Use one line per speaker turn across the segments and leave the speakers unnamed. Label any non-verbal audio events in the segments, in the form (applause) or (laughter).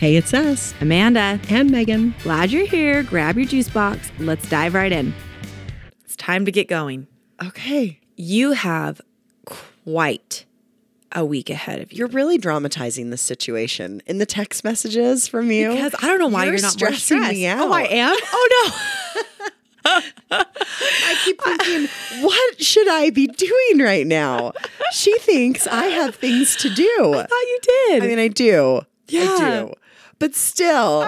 Hey, it's us
Amanda,
and Megan.
glad you're here. Grab your juice box. Let's dive right in. It's time to get going.
Okay.
You have quite a week ahead of you.
You're really dramatizing this situation in the text messages from you.
Because I don't know why you're, not more
stressing me
stressed.
out.
Oh, I am? Oh, no.
(laughs) I keep thinking, what should I be doing right now? She thinks I have things to do.
(laughs) I thought you did.
I mean, I do. I
Yeah.
do. But
(laughs)
still,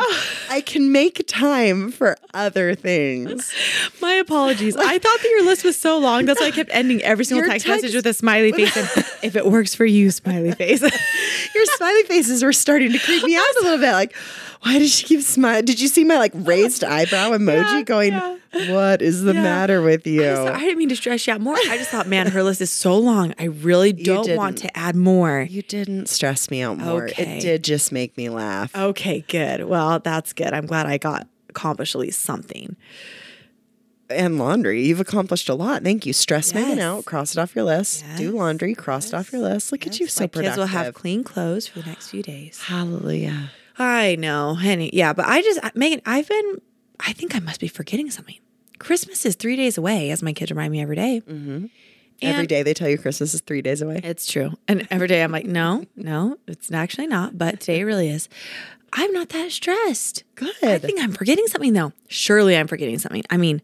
I can make time for other things.
My apologies. I thought that your list was so long. That's why I kept ending every single
Your
text,
text-
message with a smiley face. And,
(laughs)
if it works for you, smiley face. (laughs)
Your smiley faces were starting to creep me out a little bit. Like, why does she keep smiling? Did you see my like raised eyebrow emoji
Yeah,
going,
yeah.
what is the
Yeah.
matter with you?
So I didn't mean to stress you out more. I just thought, man, her list is so long. I really don't want to add more.
You didn't stress me out more.
Okay. Oh.
It did just make me laugh.
Okay, good. Well, that's good. I'm glad I got accomplished at least something.
And laundry. You've accomplished a lot. Thank you. Stress Megan
Yes.
out. Cross it off your list. Do
Yes.
laundry. Cross it off your list. Look at you so
My kids
productive.
will have clean clothes for the next few days.
Hallelujah.
I know, honey. Yeah, but I just I- Megan, I've been. I think I must be forgetting something. Christmas is three days away, as my kids remind me every day.
Mm-hmm. Every
And-
day they tell you Christmas is three days away.
It's true. And every day I'm like, no, no, it's actually not. But today it really is. I'm not that stressed.
Good.
I think I'm forgetting something though. Surely I'm forgetting something. I mean,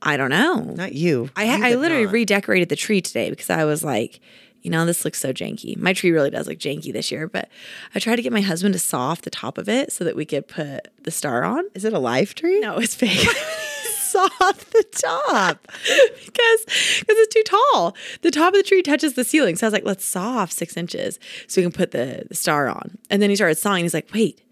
I don't know.
Not you.
I,
You
ha- I
did
literally
not.
redecorated the tree today because I was like, you know, this looks so janky. My tree really does look janky this year, but I tried to get my husband to saw off the top of it so that we could put the star on. (laughs)
Is it a live tree?
No,
(laughs)
it's fake.
It's off the top.
because because it's too tall. The top of the tree touches the ceiling. So I was like, let's saw off six inches so we can put the, the star on. And then he started sawing. He's like, wait,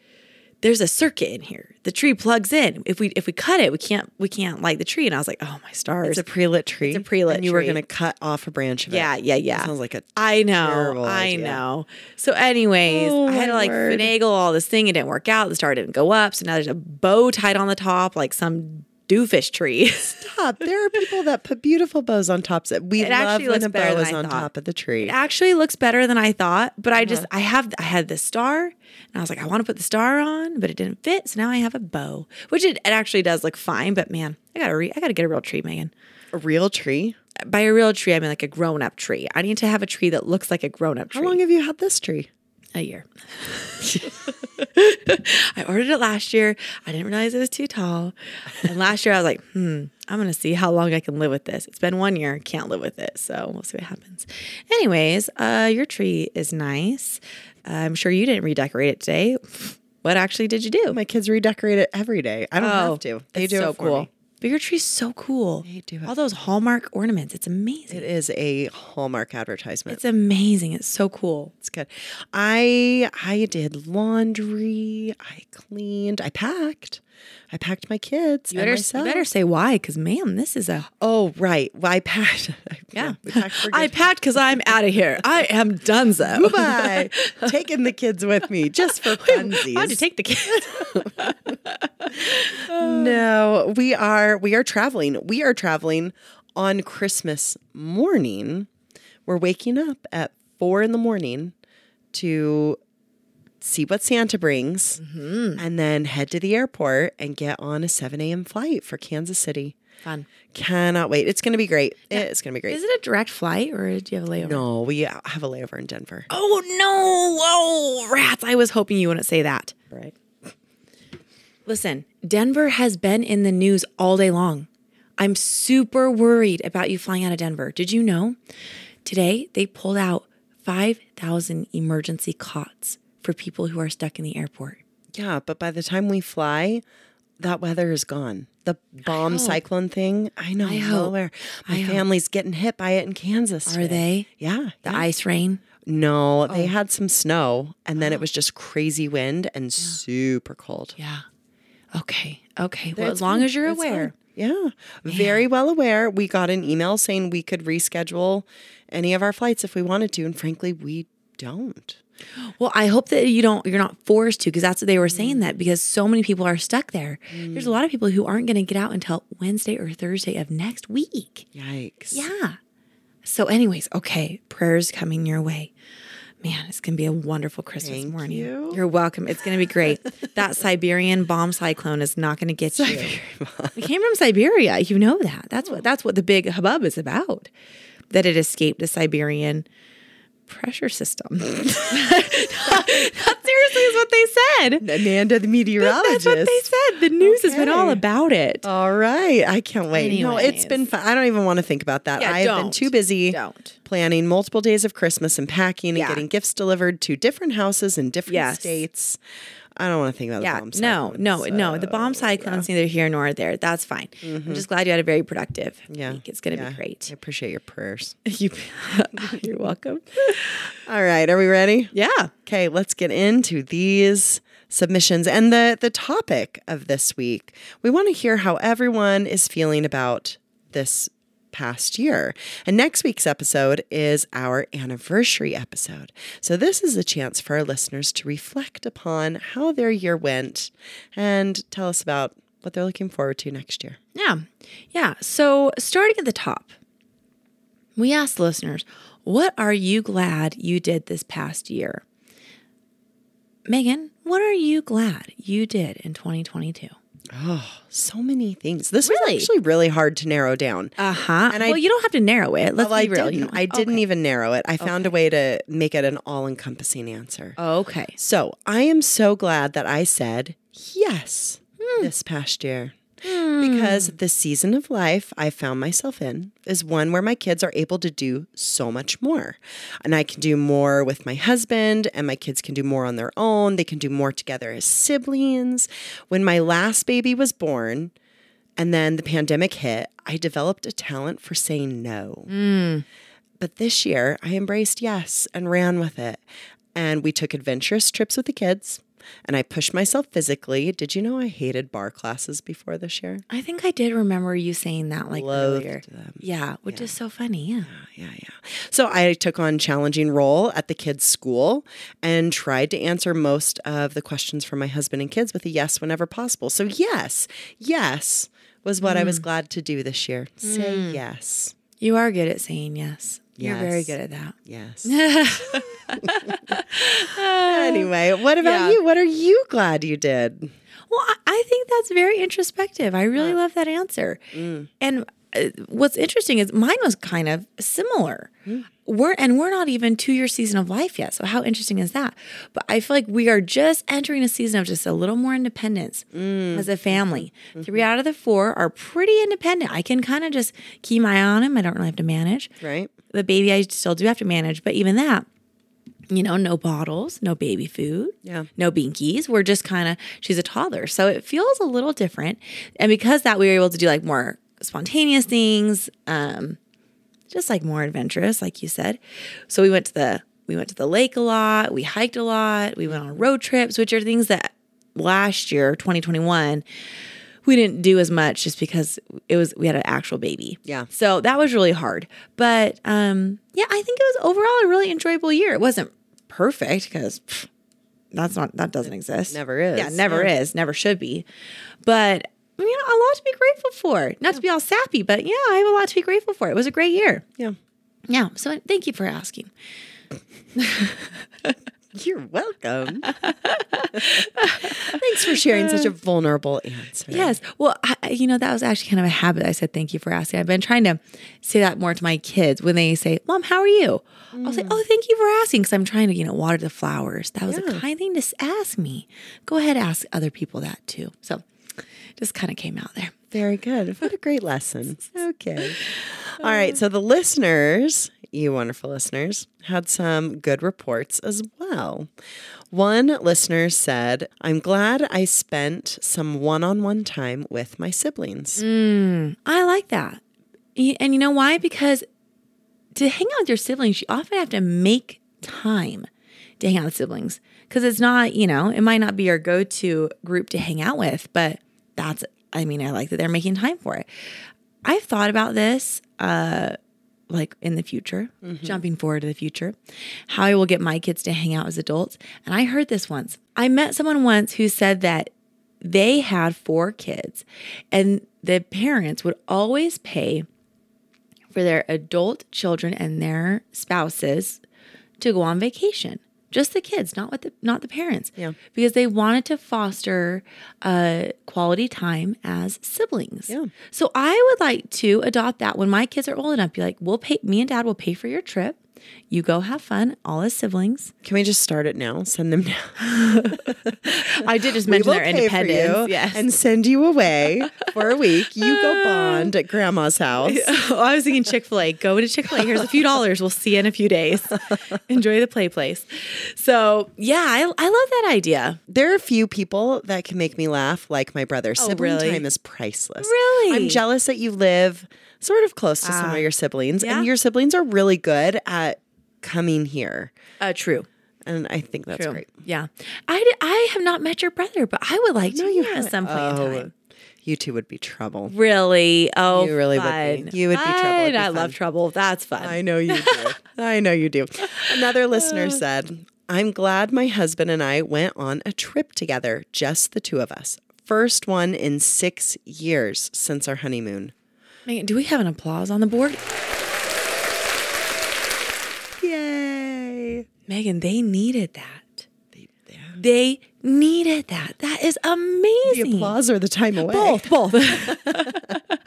there's a circuit in here. The tree plugs in. If we if we cut it, we can't we can't light the tree. And I was like, oh my stars.
It's a pre-lit tree. It's
a pre-lit
And you were
tree.
going to cut off a branch of it.
yeah, yeah, yeah.
Sounds like a
I know.
terrible
I
idea.
know. So, anyways,
Oh,
I
my
had to like
word.
finagle all this thing. It didn't work out. The star didn't go up. So now there's a bow tied on the top, like some doofish tree. (laughs)
top. There are people that put beautiful bows on tops. We
It
love
actually
when
looks
a
better
bow
than
is
I
on
thought.
top of the tree.
It actually looks better than I thought, but I just
Uh-huh.
I have I had the star and I was like I want to put the star on, but it didn't fit, so now I have a bow, which it, it actually does look fine. But man, I gotta re, I gotta get a real tree, Megan.
A real tree?
By a real tree, I mean like a grown up tree. I need to have a tree that looks like a grown up tree.
How long have you had this tree?
A year. (laughs) I ordered it last year. I didn't realize it was too tall, and last year I was like, hmm, I'm gonna see how long I can live with this. It's been one year, can't live with it, so we'll see what happens. Anyways, uh, your tree is nice. I'm sure you didn't redecorate it today. What actually did you do?
My kids redecorate it every day. I don't have to. They
it's
do
Oh, so
it for
cool.
me.
But your tree's so cool. They
do it
all those Hallmark ornaments. It's amazing.
It is a Hallmark advertisement.
It's amazing. It's so cool.
It's good. I I did laundry. I cleaned. I packed. I packed my kids.
You
and
better, you
myself.
better say why, because ma'am, this is a
Oh right. Well, I packed. (laughs)
Yeah.
we packed for
(laughs) I
good.
packed because I'm out of here. I am donezo. (laughs)
Goodbye. Taking the kids with me just for funsies.
Why'd you take the kids?
No, we are we are traveling. We are traveling on Christmas morning. We're waking up at four in the morning to see what Santa brings, and then head to the airport and get on a seven a.m. flight for Kansas City.
Fun.
Cannot wait. It's gonna be great. It's gonna be great.
Is it a direct flight or do you have a layover?
no, we have a layover in Denver.
Oh no! Oh rats! I was hoping you wouldn't say that.
Right.
Listen, Denver has been in the news all day long. I'm super worried about you flying out of Denver. Did you know? Today they pulled out 5,000 emergency cots for people who are stuck in the airport.
Yeah, but by the time we fly, that weather is gone. The bomb cyclone thing, I know nowhere. My family's getting hit by it in Kansas.
Are they?
Yeah.
The Oh. ice rain?
No, they had some snow and then it was just crazy wind and super cold.
Oh. Yeah. Okay. Okay. Well,
It's
as long
fine.
as you're
It's fine.
aware.
Yeah. Very well aware. We got an email saying we could reschedule any of our flights if we wanted to. And frankly, we don't.
Well, I hope that you don't you're not forced to because that's what they were saying that because so many people are stuck there. There's a lot of people who aren't going to get out until Wednesday or Thursday of next week.
Yikes.
Yeah. So anyways, okay, prayers coming your way. man, it's gonna be a wonderful Christmas
Thank
morning.
you.
are welcome. It's gonna
(laughs)
be great. that Siberian bomb cyclone is not gonna get you. We came from Siberia. You know that. That's
Oh.
what that's what the big hubbub is about. That it escaped the Siberian pressure system. (laughs) Not seriously is what they said.
Amanda, the meteorologist.
That's what they said. The news has been all
Okay.
about it.
All right. I can't wait. No, it's
Anyways.
been fun. I don't even want to think about that.
Yeah,
I have been
don't.
too busy
Don't.
planning multiple days of Christmas and packing and
Yeah.
getting gifts delivered to different houses in different
Yes.
states. I don't want to think about
yeah,
the bomb
no,
cyclone,
no, no.
so- Mm-hmm.
The bomb cyclone's neither here nor there. That's fine. I'm just glad you had a very productive
Yeah.
week. It's going to
yeah.
be
I
great.
appreciate your prayers.
(laughs) You, (laughs) you're welcome. (laughs)
All right. Are we ready?
Yeah.
Okay, let's get into these submissions and the the topic of this week. We want to hear how everyone is feeling about this past year. And next week's episode is our anniversary episode. So this is a chance for our listeners to reflect upon how their year went and tell us about what they're looking forward to next year.
Yeah. Yeah. So, starting at the top, we asked listeners, what are you glad you did this past year? Megan, what are you glad you did in 2022?
So many things. This
Really?
was actually really hard to narrow down.
Uh huh.
Uh-huh, And
Well,
I-
you don't have to narrow it. Let's
Well, I
be real.
didn't,
You Oh, know,
I didn't even narrow it. I found a way to make it an all-encompassing answer.
Oh. Okay.
So I am so glad that I said yes
Hmm.
this past year. Because the season of life I found myself in is one where my kids are able to do so much more. And I can do more with my husband, and my kids can do more on their own. They can do more together as siblings. When my last baby was born, and then the pandemic hit, I developed a talent for saying no. But this year, I embraced yes and ran with it. And we took adventurous trips with the kids. And I pushed myself physically. Did you know I hated bar classes before this year?
I think I did remember you saying that like
Loathed
earlier.
them.
Yeah, which is so funny. Yeah.
Oh, Yeah, yeah. So I took on challenging role at the kids' school and tried to answer most of the questions from my husband and kids with a yes whenever possible. So yes, yes was what I was glad to do this year. Say yes.
You are good at saying yes. You're very
Yes.
good at that.
(laughs) Yes. anyway, what about
Yeah.
you? What are you glad you did?
Well, I- I think that's very introspective. I really love that answer.
Mm.
And uh, what's interesting is mine was kind of similar.
Hmm.
We're and we're not even to your season of life yet. So how interesting is that? But I feel like we are just entering a season of just a little more independence
Mm.
as a family.
Mm-hmm.
Three out of the four are pretty independent. I can kind of just keep my eye on them. I don't really have to manage
Right?
the baby I still do have to manage, but even that, you know, no bottles, no baby food,
Yeah.
no binkies. We're just kind of she's a toddler, so it feels a little different. And because that, we were able to do like more spontaneous things, um, just like more adventurous, like you said. So we went to the we went to the lake a lot. We hiked a lot. We went on road trips, which are things that last year, 2021, we didn't do as much just because it was we had an actual baby.
Yeah.
So that was really hard. But um yeah, I think it was overall a really enjoyable year. It wasn't perfect because that's not that doesn't exist.
never is.
Yeah, never is, never should be. But you know, a lot to be grateful for. Not to be all sappy, but yeah, I have a lot to be grateful for. It was a great year.
Yeah.
Yeah. So thank you for asking.
You're
(laughs)
welcome. Thanks for sharing
Uh,
such a vulnerable answer.
Yes. Well, I, I- you know, that was actually kind of a habit. I said, thank you for asking. I've been trying to say that more to my kids when they say, Mom, how are you? I'll say, Oh, thank you for asking. Cause I'm trying to, you know, water the flowers. That was a kind thing to s- ask me. Go ahead, ask other people that too. So just kind of came out there.
Very good. What a great
(laughs)
lesson. Okay. All right. So the listeners, you wonderful listeners, had some good reports as well. One listener said, I'm glad I spent some one on one time with my siblings.
Mm. I like that. Y- And you know why? Because to hang out with your siblings, you often have to make time to hang out with siblings because it's not, you know, it might not be your go to group to hang out with, but that's, I mean, I like that they're making time for it. I've thought about this like in the future, jumping forward to the future, how I will get my kids to hang out as adults. And I heard this once. I met someone once who said that they had four kids and the parents would always pay for their adult children and their spouses to go on vacation. Just the kids, not with the not the parents.
Yeah.
Because they wanted to foster uh, quality time as siblings.
Yeah.
So I would like to adopt that when my kids are old enough. Be like, we'll pay me and dad will pay for your trip. You go have fun, all as siblings.
Can we just start it now? Send them now.
(laughs) I did just
We
mention
will
their
pay for
independence.
you
yes.
and send you away for a week. You
(laughs)
go bond at grandma's house.
Oh, I was thinking Chick fil A. Go to Chick fil A. Here's a few dollars. We'll see you in a few days. (laughs) Enjoy the play place. So, yeah, I, I love that idea.
There are few people that can make me laugh like my brother. Sibling
really?
time is priceless.
Really?
I'm jealous that you live sort of close to some of your siblings,
yeah.
and your siblings are really good at coming here.
Uh, true.
And I think that's
True.
great.
Yeah. I, d- I have not met your brother, but I would like to meet him at
haven't.
some point in time.
Oh, You two would be trouble.
Really? Oh,
You really would
fun.
be. You would be trouble.
Fun.
It'd be
I
fun.
love trouble. That's fun.
I know you do. (laughs) I know you do. Another listener said, I'm glad my husband and I went on a trip together, just the two of us. First one in six years since our honeymoon.
Megan, do we have an applause on the board?
Yay.
Megan, they needed that.
The
They needed that. That is amazing.
applause or the time away.
Both, both. (laughs)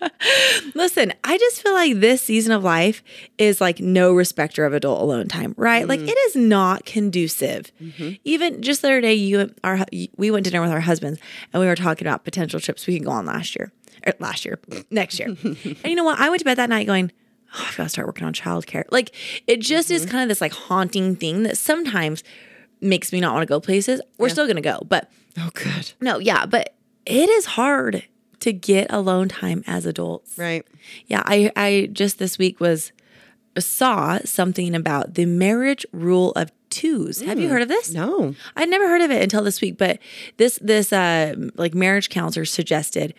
Listen, I just feel like this season of life is like no respecter of adult alone time, right? Like it is not conducive. Even just the other day, you our hu- we went to dinner with our husbands, and we were talking about potential trips we can go on last year, or last year, (laughs) next year. and you know what? I went to bed that night going. Oh, I've got to start working on childcare. Like it just is kind of this like haunting thing that sometimes makes me not want to go places. We're still going to go, but
Oh, good.
no, yeah, but it is hard to get alone time as adults.
Right.
Yeah, I I just this week was saw something about the marriage rule of twos. Have you heard of this?
No.
I'd never heard of it until this week, but this this uh like marriage counselor suggested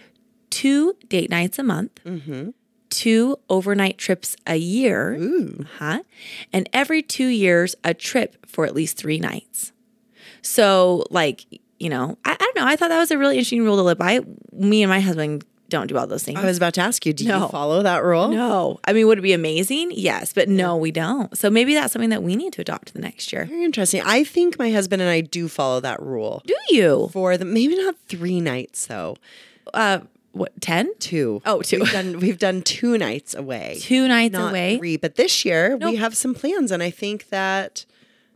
two date nights a month. Two overnight trips a year, huh? And every two years, a trip for at least three nights. So, like, you know, I, I don't know. I thought that was a really interesting rule to live by. Me and my husband don't do all those things.
I was about to ask you, do
No.
you follow that rule?
No. I mean, would it be amazing? Yes, but no, we don't. So maybe that's something that we need to adopt the next year.
Very interesting. I think my husband and I do follow that rule.
Do you?
For the maybe not three nights though.
Uh, what, 10?
Two.
Oh, two.
We've done we've done two nights away.
(laughs) Two nights
not
away.
three, but this year we have some plans, and I think that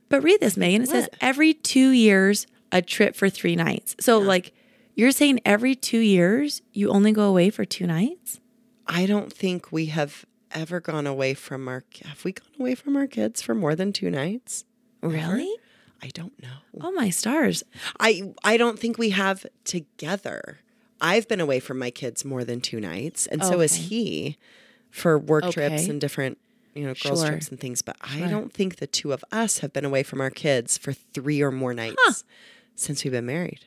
but read this, Megan. It says
What?
every two years, a trip for three nights. So, like, you're saying every two years, you only go away for two nights?
I don't think we have ever gone away from our have we gone away from our kids for more than two nights?
Really?
I don't know.
Oh, my stars.
I I don't think we have together. I've been away from my kids more than two nights, and so has
Okay.
he for work trips
Okay.
and different you know girls
Sure.
trips and things. But I don't think the two of us have been away from our kids for three or more nights since we've been married.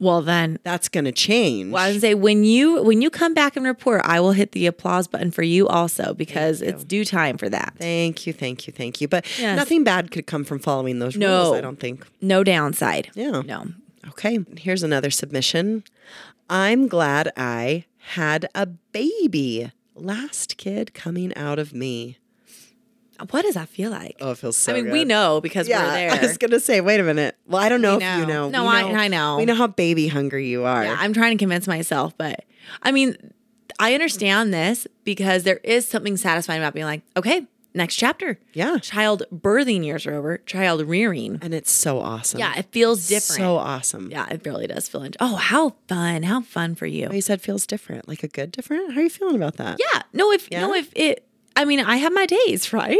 Well, then
That's going to change.
Well, I was gonna say when you when you come back and report, I will hit the applause button for you also because it's due time for that.
Thank you, thank you, thank you. But
Yes.
nothing bad could come from following those
No.
rules, I don't think.
No downside.
Yeah.
No.
Okay, here's another submission. I'm glad I had a baby. Last kid coming out of me.
What does that feel like?
Oh, it feels so
I mean, we know because
Yeah, (laughs)
we're
I was
there.
gonna say, wait a minute. Well, I don't know if you know.
know. No,
We
I- I know.
We know how baby hungry you are.
Yeah, I'm trying to convince myself, but I mean, I understand this because there is something satisfying about being like, okay, next chapter.
Yeah.
Child birthing years are over. Child rearing.
and it's so awesome.
Yeah, it feels different.
So awesome.
yeah, it really does feel. int- Oh, how fun! How fun for you.
You said feels different, like a good different. How are you feeling about that?
Yeah. No, if no, if it. I mean, I have my days, (laughs) right?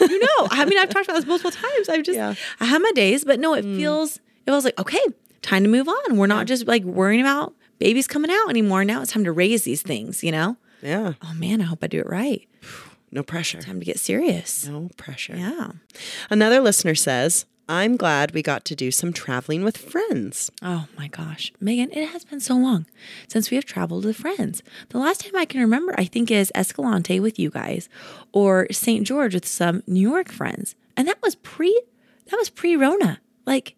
you know. I mean, I've talked about this multiple times. I've just,
Yeah.
I have my days, but no, it feels. It was like okay, time to move on. We're not just like worrying about babies coming out anymore. Now it's time to raise these things. You know.
Yeah.
Oh man, I hope I do it right.
No pressure.
Time to get serious.
No pressure.
Yeah.
Another listener says, I'm glad we got to do some traveling with friends.
Oh my gosh, Megan, it has been so long since we have traveled with friends. The last time I can remember, I think, is Escalante with you guys, or St. George with some New York friends, and that was pre that was pre Rona. Like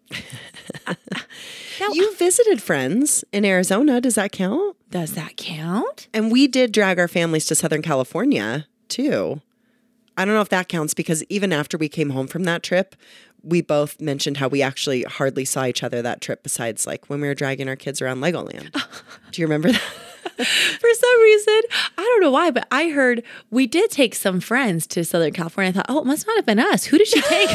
You visited friends in Arizona. Does that count?
Does that count?
And we did drag our families to Southern California too. I don't know if that counts because even after we came home from that trip, we both mentioned how we actually hardly saw each other that trip besides like when we were dragging our kids around
(laughs)
Legoland. Do you remember that?
For some reason, I don't know why, but I heard we did take some friends to Southern California. I thought, oh, it must not have been us. Who did she take?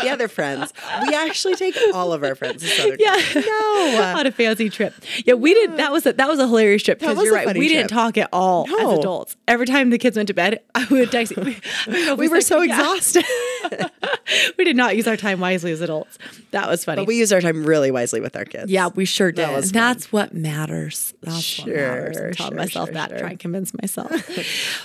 the other friends. We actually take all of our friends to Southern
yeah,
No.
(laughs) on a fancy trip. Yeah, we did. That was a, that was a hilarious trip because
was
you're
a
right.
funny
We
trip.
didn't talk at all
No.
as adults. Every time the kids went to bed, I would text. (laughs) We,
We were so
(laughs)
exhausted.
we did not use our time wisely as adults. That was funny.
But we use our time really wisely with our kids.
yeah, we sure did.
was fun.
That's what matters. That's what matters.
Sure,
I'm telling
sure,
myself
sure,
that,
sure.
try and convince myself.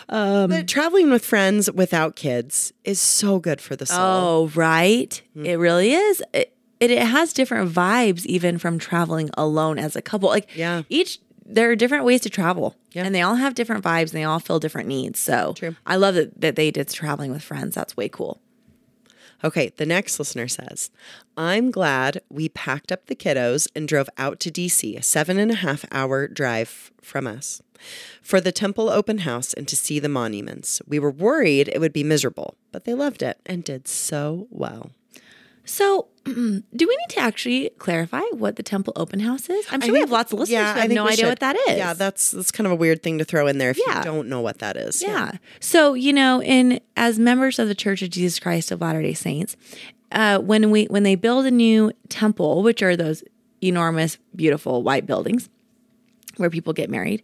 But traveling with friends without kids is so good for the soul.
Oh, right.
Mm-hmm.
It really is. It, it it has different vibes even from traveling alone as a couple. Like
Yeah.
each there are different ways to travel. And they all have different vibes and they all fill different needs. So
True.
I love that, that they did traveling with friends. That's way cool.
Okay, the next listener says, I'm glad we packed up the kiddos and drove out to DC, a seven and a half hour drive from us, for the temple open house and to see the monuments. We were worried it would be miserable, but they loved it and did so well.
So (clears throat) do we need to actually clarify what the temple open house is? I'm sure we have lots of listeners who have no idea what that is.
Yeah, that's that's kind of a weird thing to throw in there if
Yeah.
you don't know what that is.
Yeah. So, you know, in as members of the Church of Jesus Christ of Latter-day Saints, uh, when we when they build a new temple, which are those enormous, beautiful white buildings where people get married,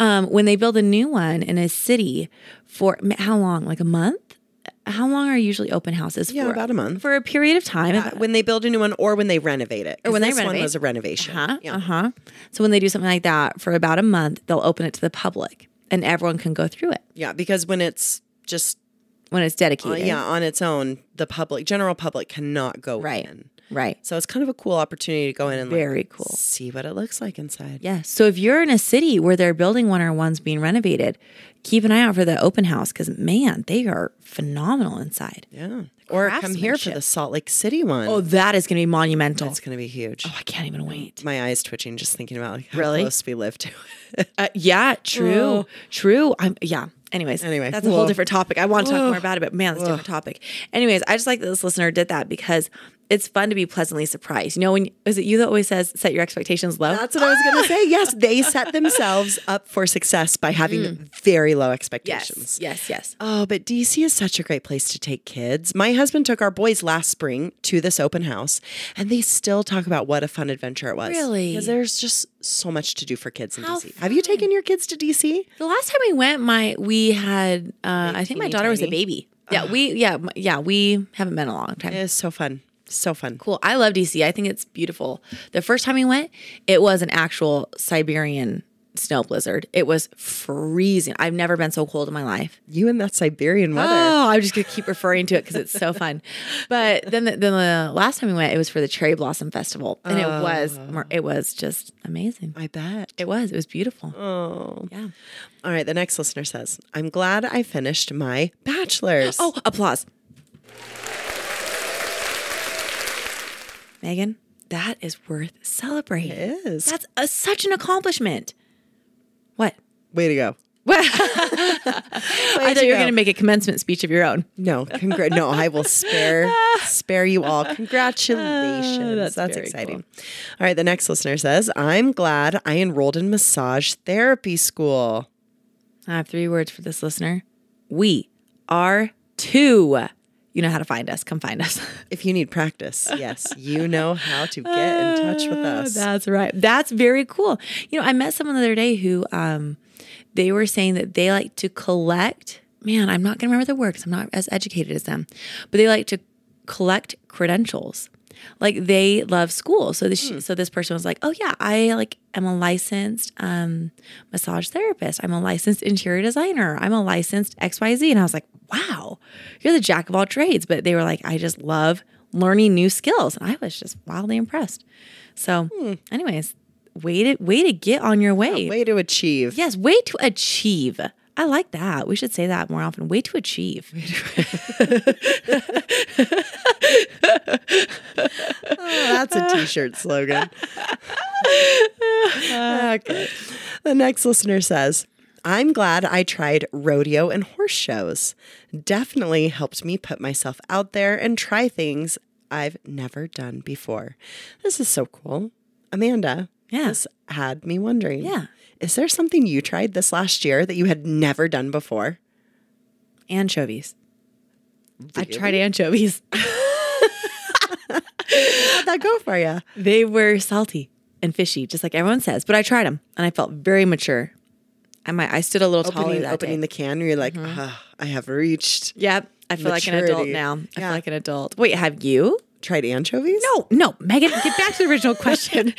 um, when they build a new one in a city for m- how long? Like a month? How long are usually open houses
Yeah,
for?
about a month.
For a period of time.
When they build a new one or when they renovate it. Or
when they
this one
renovate.
was a renovation.
Uh-huh.
Yeah.
Uh-huh. So when they do something like that for about a month, they'll open it to the public and everyone can go through it
yeah, because when it's just
when it's dedicated.
Oh, Uh, yeah, on its own, the public, general public cannot go
Right.
in.
Right.
So it's kind of a cool opportunity to go in and like,
Very cool.
see what it looks like inside.
Yeah. So if you're in a city where they're building one or one's being renovated, keep an eye out for the open house because man, they are phenomenal inside.
Yeah. Or come here for
craftsmanship.
the Salt Lake City one.
Oh, that is going to be monumental.
it's going to be huge.
I can't even wait.
My eyes twitching just thinking about like, how
Really?
close we live to (laughs) it.
Uh, yeah, true, true. I'm yeah. Anyways,
Anyway,
that's a whole
whoa.
different topic. I want to talk more about it, but man, that's a different topic. Anyways, I just like that this listener did that because it's fun to be pleasantly surprised. You know, when is it you that always says set your expectations low?
That's what I was going to say. Yes, they set themselves up for success by having very low expectations.
yes, yes, yes.
Oh, but DC is such a great place to take kids. My husband took our boys last spring to this open house, and they still talk about what a fun adventure it was.
Really?
Because there's just so much to do for kids in
How
DC. Have you taken your kids to DC?
The last time we went, my we had uh, I think my
teeny
daughter was a
tiny.
baby. Yeah, we yeah m- yeah we haven't been in a long time.
It was so fun. So fun.
Cool. I love DC. I think it's beautiful. The first time we went, it was an actual Siberian snow blizzard. It was freezing. I've never been so cold in my life.
You and that Siberian weather.
Oh, I'm just gonna keep referring to it because it's (laughs) so fun. But then, the, then the last time we went, it was for the Cherry Blossom Festival, and it was mar- it was just amazing.
I bet.
It was. It was beautiful. Oh, yeah.
All right, the next listener says, I'm glad I finished my bachelor's.
Oh, applause. Megan, that is worth celebrating.
It is.
That's a, such an accomplishment. What?
way to go.
(laughs) I thought you were
go.
going to make a commencement speech of your own.
No, congr- no, I will
(laughs)
spare spare you all. Congratulations. that's
Ah, very
exciting. All right, the next listener says, "I'm glad I enrolled in massage therapy school."
I have three words for this listener. We are two. You know how to find us. Come find us. (laughs)
If you need practice, yes, you know how to get in touch with us.
Ah, That's right. That's very cool. You know, I met someone the other day who um, they were saying that they like to collect. Man, I'm not going to remember the words. I'm not as educated as them, but they like to collect credentials. Like they love school, so this so this person was like, "Oh yeah, I like am a licensed um, massage therapist. I'm a licensed interior designer. I'm a licensed X Y Z." And I was like, "Wow, you're the jack of all trades." But they were like, "I just love learning new skills," and I was just wildly impressed. So, anyways, way to way to get on your way.
Hmm. Way to achieve.
Yes, way to achieve. I like that. We should say that more often. Way to achieve.
(laughs) Oh, that's a t-shirt
(laughs)
slogan. okay. The next listener says, I'm glad I tried rodeo and horse shows. Definitely helped me put myself out there and try things I've never done before. This is so cool. Amanda,
Yeah.
this had me wondering.
Yeah.
Is there something you tried this last year that you had never done before?
Anchovies. I tried anchovies. (laughs)
How'd that go for
(laughs)
you?
They were salty and fishy, just like everyone says. But I tried them, and I felt very mature. I might. I stood a little taller
Opening,
that
opening
day. Mm-hmm.
the can, you're like, "Ah, I have reached.
yep, I feel like an adult
Maturity.
now. I
Yeah.
feel like an adult. Wait, have you?
Tried anchovies?
No, Oh, no, Megan. Get back to the original question.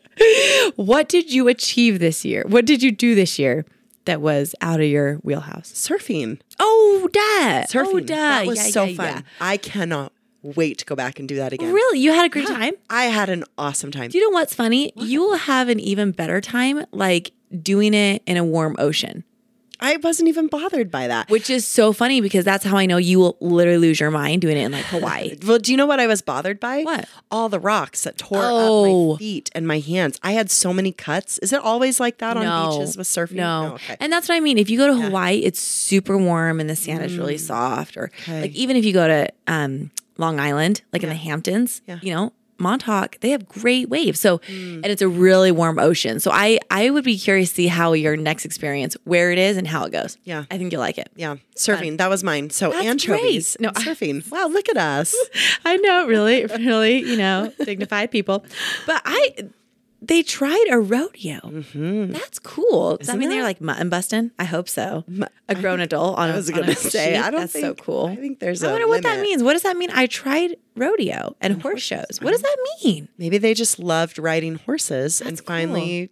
(laughs) what did you achieve this year? What did you do this year that was out of your wheelhouse?
Surfing.
Oh, duh.
Surfing.
Oh, duh.
That was
Yeah,
so
yeah,
fun.
yeah.
I cannot wait to go back and do that again.
Really, you had a great time.
I had an awesome time.
Do you know what's funny? You will have an even better time, like doing it in a warm ocean.
I wasn't even bothered by that.
Which is so funny because that's how I know you will literally lose your mind doing it in (laughs) like Hawaii.
Well, do you know what I was bothered by?
What?
All the rocks that tore up
Oh.
my feet and my hands. I had so many cuts. Is it always like that on beaches with surfing?
No.
Oh, okay.
And that's what I mean. If you go to Hawaii, it's super warm and the sand is
Mm.
really soft. Or like even if you go to um, Long Island, like in the Hamptons,
Yeah. Mm.
you know, Montauk, they have great waves. So and it's a really warm ocean. So I I would be curious to see how your next experience, where it is and how it goes.
Yeah.
I think you'll like it.
yeah, surfing. That was mine. So
That's
anchovies.
great. No,
and surfing. wow, look at
(laughs)
us.
I know, really, really, you know, dignified people. But I, they tried a rodeo.
Mm-hmm.
That's cool. Does that mean they're like mutton busting? I hope so. A grown adult on a
I was
on a
gonna (laughs) say.
sheep?
I don't
That's
think.
so cool.
I think there's.
I
a
wonder what that
limit.
means. What does that mean? I tried rodeo and horse shows. What does that mean?
Maybe they just loved riding horses and finally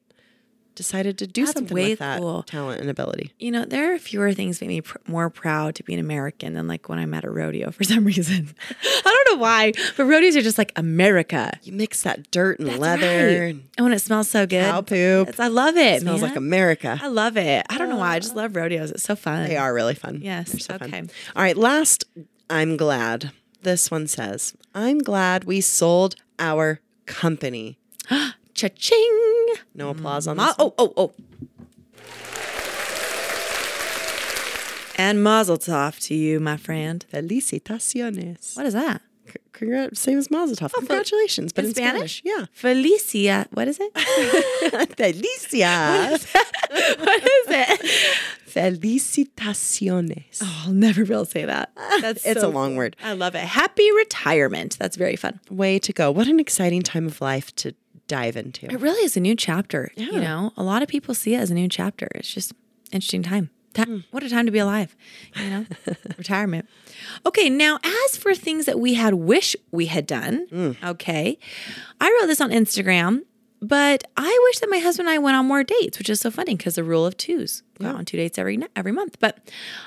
decided to do
That's
something
way
with that
cool.
talent and ability.
You know, there are fewer things that make me pr- more proud to be an American than like when I'm at a rodeo for (laughs) some reason. I don't know why, but rodeos are just like America.
You mix that dirt and
That's
leather.
right.
And
And when it smells so good.
Cow poop.
It's- I love it.
it smells
man.
like America.
I love it. I don't know why. I just love rodeos. It's so fun.
They are really fun.
Yes.
They're so fun.
Okay.
All right. Last, I'm glad. This one says, I'm glad we sold our company.
Cha-ching.
No applause on
Ma-
this.
oh, oh, oh. And mazel tov to you, my friend.
Felicitaciones.
What is that?
C- Congrat- same as Mazel Tov. Congratulations, but in,
in
Spanish?
Spanish? Felicia. What is it?
Yeah. (laughs) Felicia.
(laughs) what is it?
Felicitaciones.
(laughs) Oh, I'll never be able to say that. That's
it's
so
a long word.
I love it. Happy retirement. That's very fun.
Way to go. What an exciting time of life to dive into.
It really is a new chapter.
Yeah.
You know, a lot of people see it as a new chapter. It's just interesting time. Ti- What a time to be alive, you know, retirement. Okay, now as for things that we had wish we had done, okay, I wrote this on Instagram, but I wish that my husband and I went on more dates, which is so funny because the rule of twos, we go on two dates every n- every month. But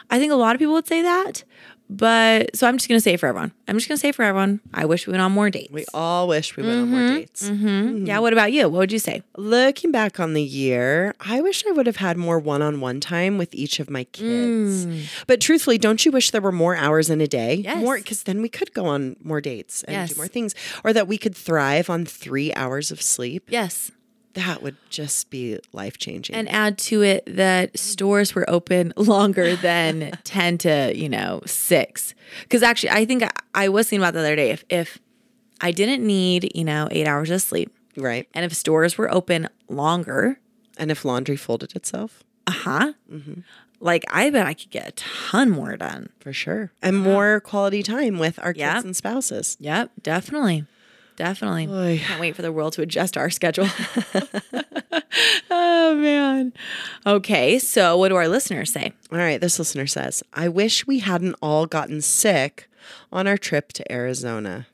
I think a lot of people would say that. But so I'm just gonna say it for everyone. I'm just gonna say it for everyone. I wish we went on more dates. Hmm?
We all wish we went on
Mm-hmm,
more dates.
Yeah. What about you? What would you say?
Looking back on the year, I wish I would have had more one on one time with each of my kids. But truthfully, don't you wish there were more hours in a day?
Mm. Yes.
More, because then we could go on more dates and do
Yes.
more things, or that we could thrive on three hours of sleep.
Yes.
That would just be life changing.
And add to it that stores were open (laughs) longer (laughs) than 10 to, you know, 6. Because actually, I think I, I was thinking about the other day if, if I didn't need, you know, eight hours of sleep
right.
and if stores were open longer,
And if laundry folded itself,
uh huh, like I bet I could get a ton more done.
for sure. And more quality time with our
Uh-huh. Yeah.
kids and spouses.
Yep, definitely. Definitely.
Oy.
Can't wait for the world to adjust our schedule. (laughs) oh, man. Okay, so what do our listeners say?
All right, this listener says, I wish we hadn't all gotten sick on our trip to Arizona.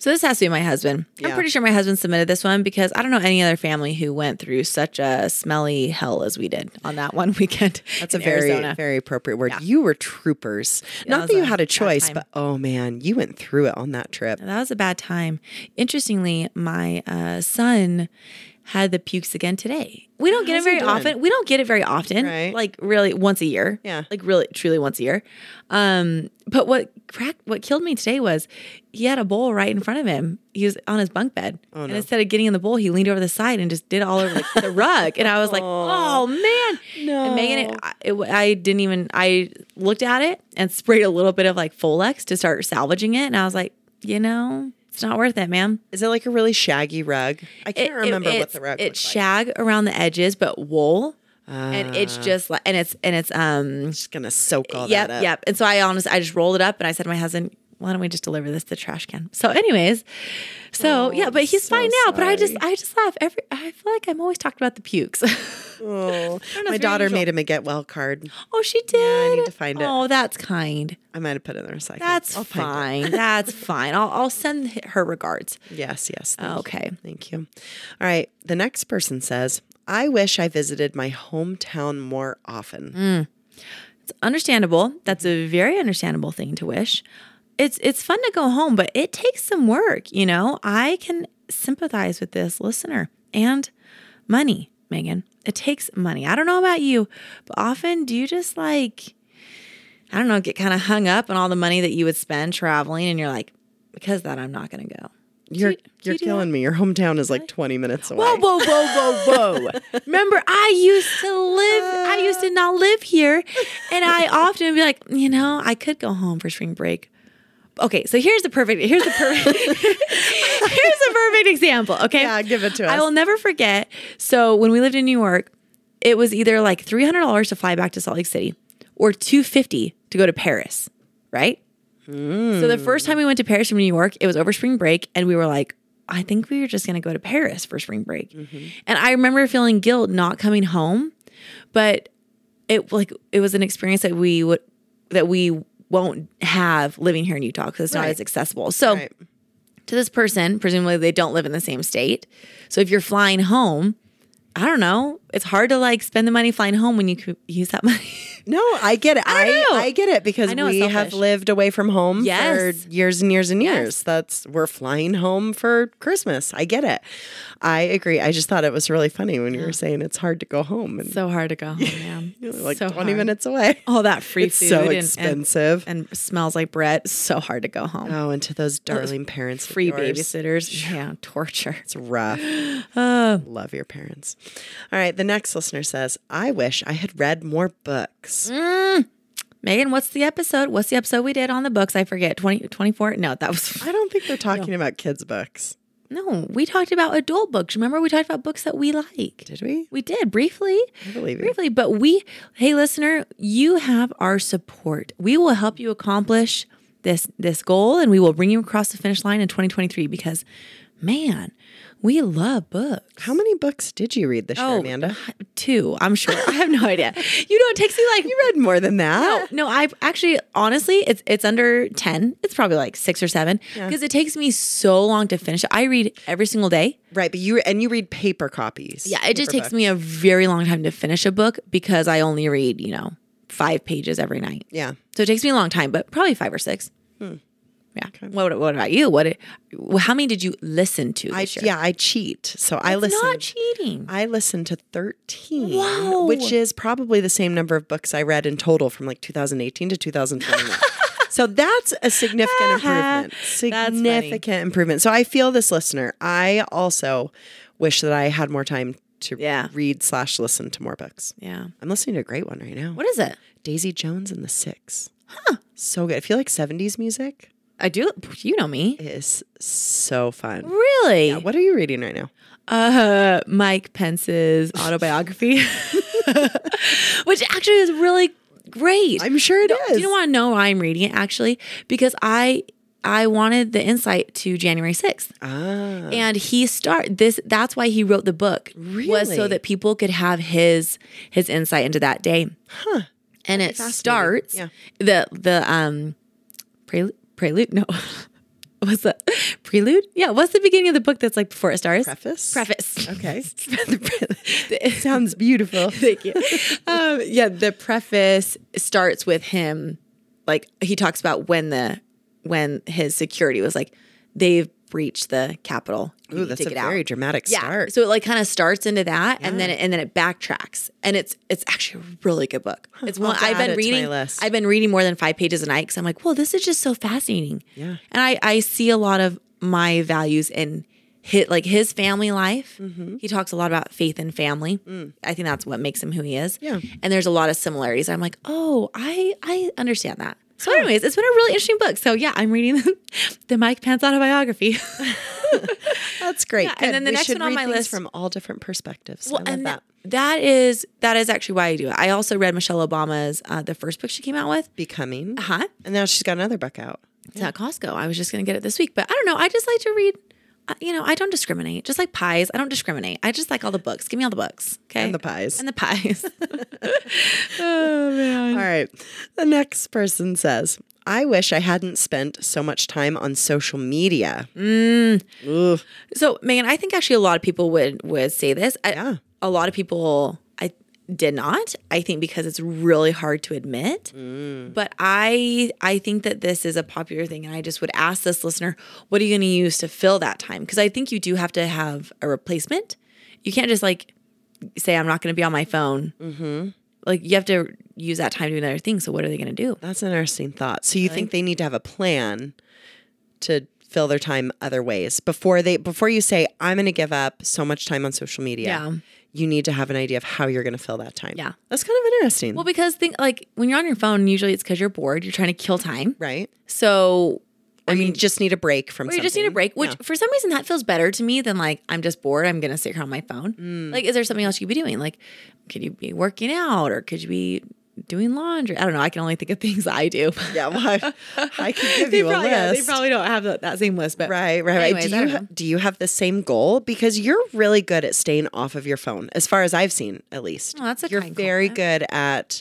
So this has to be my husband.
Yeah.
I'm pretty sure my husband submitted this one because I don't know any other family who went through such a smelly hell as we did on that one (laughs) weekend.
That's a
in
very,
Arizona.
very appropriate word. You were troopers.
that
Not that
was
you
a
had a
bad
choice,
time.
but oh man, you went through it on that trip.
that was a bad time. Interestingly, my uh, son had the pukes again today. We don't get
How's
it very
he doing?
often. We don't get it very often.
Right.
Like really once a year.
Yeah.
Like really truly once a year. Um but what crack what killed me today was he had a bowl right in front of him. He was on his bunk bed.
Oh,
And
no.
instead of getting in the bowl, he leaned over the side and just did it all over like,
(laughs)
the rug. And I was like,
Aw.
"Oh man."
No.
And Megan, it, I- it, I didn't even, I looked at it and sprayed a little bit of like Folex to start salvaging it. And I was like, you know, it's not worth it, ma'am.
Is it like a really shaggy rug? I can't
It- it-
remember what
it's-
the rug
It's
looks like.
shag around the edges, but wool. and it's
Ah.
just like, and it's, and it's, um,
Just gonna soak all
yep,
that up.
yep. And so I honestly, I just rolled it up and I said to my husband, why don't we just deliver this to the trash can? So, anyways, so
Oh,
yeah, but
I'm
he's
so
fine now. But I just,
sorry.
I just laugh every. I feel like I'm always talked about the pukes. (laughs)
Oh, my
very
daughter
unusual.
made him a get well card.
oh, she did.
I need to find it.
Oh, that's kind.
I might have put it in the recycle.
That's
I'll find
fine. That's fine. I'll, I'll send h- her regards.
it. Yes, yes. thank you.
Okay.
Thank you. All right. The next person says, I wish I visited my hometown more often.
It's understandable. That's a very understandable thing to wish. It's it's fun to go home, but it takes some work, you know. I can sympathize with this listener and money, Megan. It takes money. I don't know about you, but often do you just like I don't know, get kind of hung up on all the money that you would spend traveling and you're like, because of that I'm not going to go.
You're
you- do
you're
you do
killing me. Your hometown is like 20 minutes away.
Whoa, whoa, whoa,
(laughs)
whoa, whoa. Remember, I used to live, I used to not live here. And I
(laughs)
often would be like, you know, I could go home for spring break. Okay, so here's the perfect, here's the perfect, (laughs) here's the perfect example. Okay.
Yeah, give it to us.
I will never forget. So when we lived in New York, it was either like $300 to fly back to Salt Lake City or 250 to go to Paris, right? So the
Hmm.
first time we went to Paris from New York, it was over spring break, and we were like, I think we were just gonna go to Paris for spring break.
Mm-hmm.
And I remember feeling guilt not coming home, but it like it was an experience that we would that we won't have living here in Utah because it's not
Right.
as accessible. So
Right.
to this person, presumably they don't live in the same state. So if you're flying home, I don't know. It's hard to like spend the money flying home when you could use that (laughs) money.
No, I get it. I,
know.
I, get it because
I know it's
we have
selfish.
lived away from home
Yes.
for years and years and
Yes.
years. That's we're flying home for Christmas. I get it. I agree. I just thought it was really funny when you were saying it's hard to go home and
so hard to (laughs) go home, man.
you're like
so
20
hard.
minutes
(laughs)
away.
All that free
It's
food
so
and- and-
expensive.
and, smells like bread. So hard to go home.
oh, and to those darling parents, of
Free
yours.
babysitters. Yeah, torture.
It's
(gasps)
rough.
Uh.
Love your parents. All right. The next listener says, I wish I had read more books.
Megan, what's the episode? What's the episode we did on the books? I forget. 20, 24? No, that was.
I don't think they're talking about kids' books.
No, we talked about adult books. Remember, we talked about books that we like.
Did we?
We did briefly.
I believe you.
Briefly, but we, hey listener, you have our support. We will help you accomplish this this goal, and we will bring you across the finish line in 2023. Because, man, we love books.
How many books did you read this year, Amanda?
Oh, two, I'm sure. I have no idea. You know, it takes me like
You read more than that.
(laughs) no, I actually honestly it's it's under 10. It's probably like 6 or 7 because it takes me so long to finish. I read every single day.
Right, but you and you read paper copies.
Yeah, it just takes me a very long time to finish a book because I only read, you know, 5 pages every night.
Yeah.
So it takes me a long time, but probably 5 or 6. Yeah. Hmm. What what about you? What how many did you listen to
I
this year?
yeah, I cheat. So I
It's
listen
not cheating.
I listened to 13,
Wow.
which is probably the same number of books I read in total from like 2018 to 2021.
(laughs)
so that's a significant improvement.
funny.
Significant improvement. So I feel this listener. I also wish that I had more time to
Yeah.
read slash listen to more books.
yeah.
I'm listening to a great one right now.
What is it?
Daisy Jones and the Six. Huh. So good. I feel like 70s music
I do you know me.
is so fun.
Really?
What are you reading right now?
uh Mike Pence's autobiography, (laughs) which actually is really great.
I'm sure it is.
Do you want to know why I'm reading it actually? Because I I wanted the insight to January 6th.
Ah,
And he start this that's why he wrote the book was so
Really?
that people could have his his insight into that day. Huh. And it starts
Yeah.
the the um prelude prelude no. (laughs) What's the prelude? Yeah, what's the beginning of the book that's like before it starts?
preface.
Preface. (laughs)
Okay.
The-
Sounds beautiful.
(laughs) Thank you. Um, yeah, the preface starts with him, like he talks about when the when his security was like they've breached the Capitol
Ooh, that's a very dramatic start.
So it like kind of starts into that, and then it, and then it backtracks, and it's it's actually a really good
(laughs)
book. It's one
have to
I've
add
been
it to my
reading.
list.
I've been reading more than five pages a night because I'm like, well, this is just so fascinating.
Yeah.
and I I see a lot of my values in hit like his family life.
Mm-hmm.
He talks a lot about faith and family. I think that's what makes him who he is.
Mm. Yeah.
and there's a lot of similarities. I'm like, oh, I I understand that. So, anyways, it's been a really interesting book. So, yeah, I'm reading (laughs) the, Mike
(laughs)
Pence autobiography. (laughs)
That's great.
Yeah, and
Good.
then the
We
next
should
one on
read
my
things
list-
from all different perspectives. I love
and
that.
th- that is that is actually why I do it. I also read Michelle Obama's uh, the first book she came out with.
Becoming.
Uh huh.
And now she's got another book out.
It's at Costco. I was just gonna get it this week, but I don't know. I just like to read. uh, You know, I don't discriminate. Just like pies, I don't discriminate. I just like all the books. Give me all the books, okay?
And the pies.
And the pies. (laughs) oh man.
All right. The next person says, I wish I hadn't spent so much time on social media. Ugh.
So, Megan, I think actually a lot of people would would say this. I,
Yeah.
A lot of people I did not. I think because it's really hard to admit. But I I think that this is a popular thing and I just would ask this listener, what are you going to use to fill that time? Cuz I think you do have to have a replacement. You can't just like say I'm not going to be on my phone. Mhm. Like you have to use that time to do another thing. So what are they going to do?
That's an interesting thought. So you think they need to have a plan to fill their time other ways before they before you say I'm going to give up so much time on social media.
Yeah.
You need to have an idea of how you're going to fill that time.
Yeah.
That's kind of interesting.
Well, because think like when you're on your phone, usually it's cuz you're bored, you're trying to kill time.
right?
So
Or you just need a break from
Or you just need a
something.
break, which
Yeah.
for some reason that feels better to me than like I'm just bored. I'm gonna sit here on my phone. Like, is there something else you could be doing? Like, could you be working out or could you be doing laundry? I don't know. I can only think of things I do. (laughs)
Yeah, well, I, I could give
they,
you a
probably, yeah, they
list.
probably don't have that, that same list, but
Right, right, right.
Anyways,
do
I
you
don't
ha-
know.
do you have the same goal? Because you're really good at staying off of your phone, as far as I've seen, at least.
Oh, that's a
you're
kind
very good at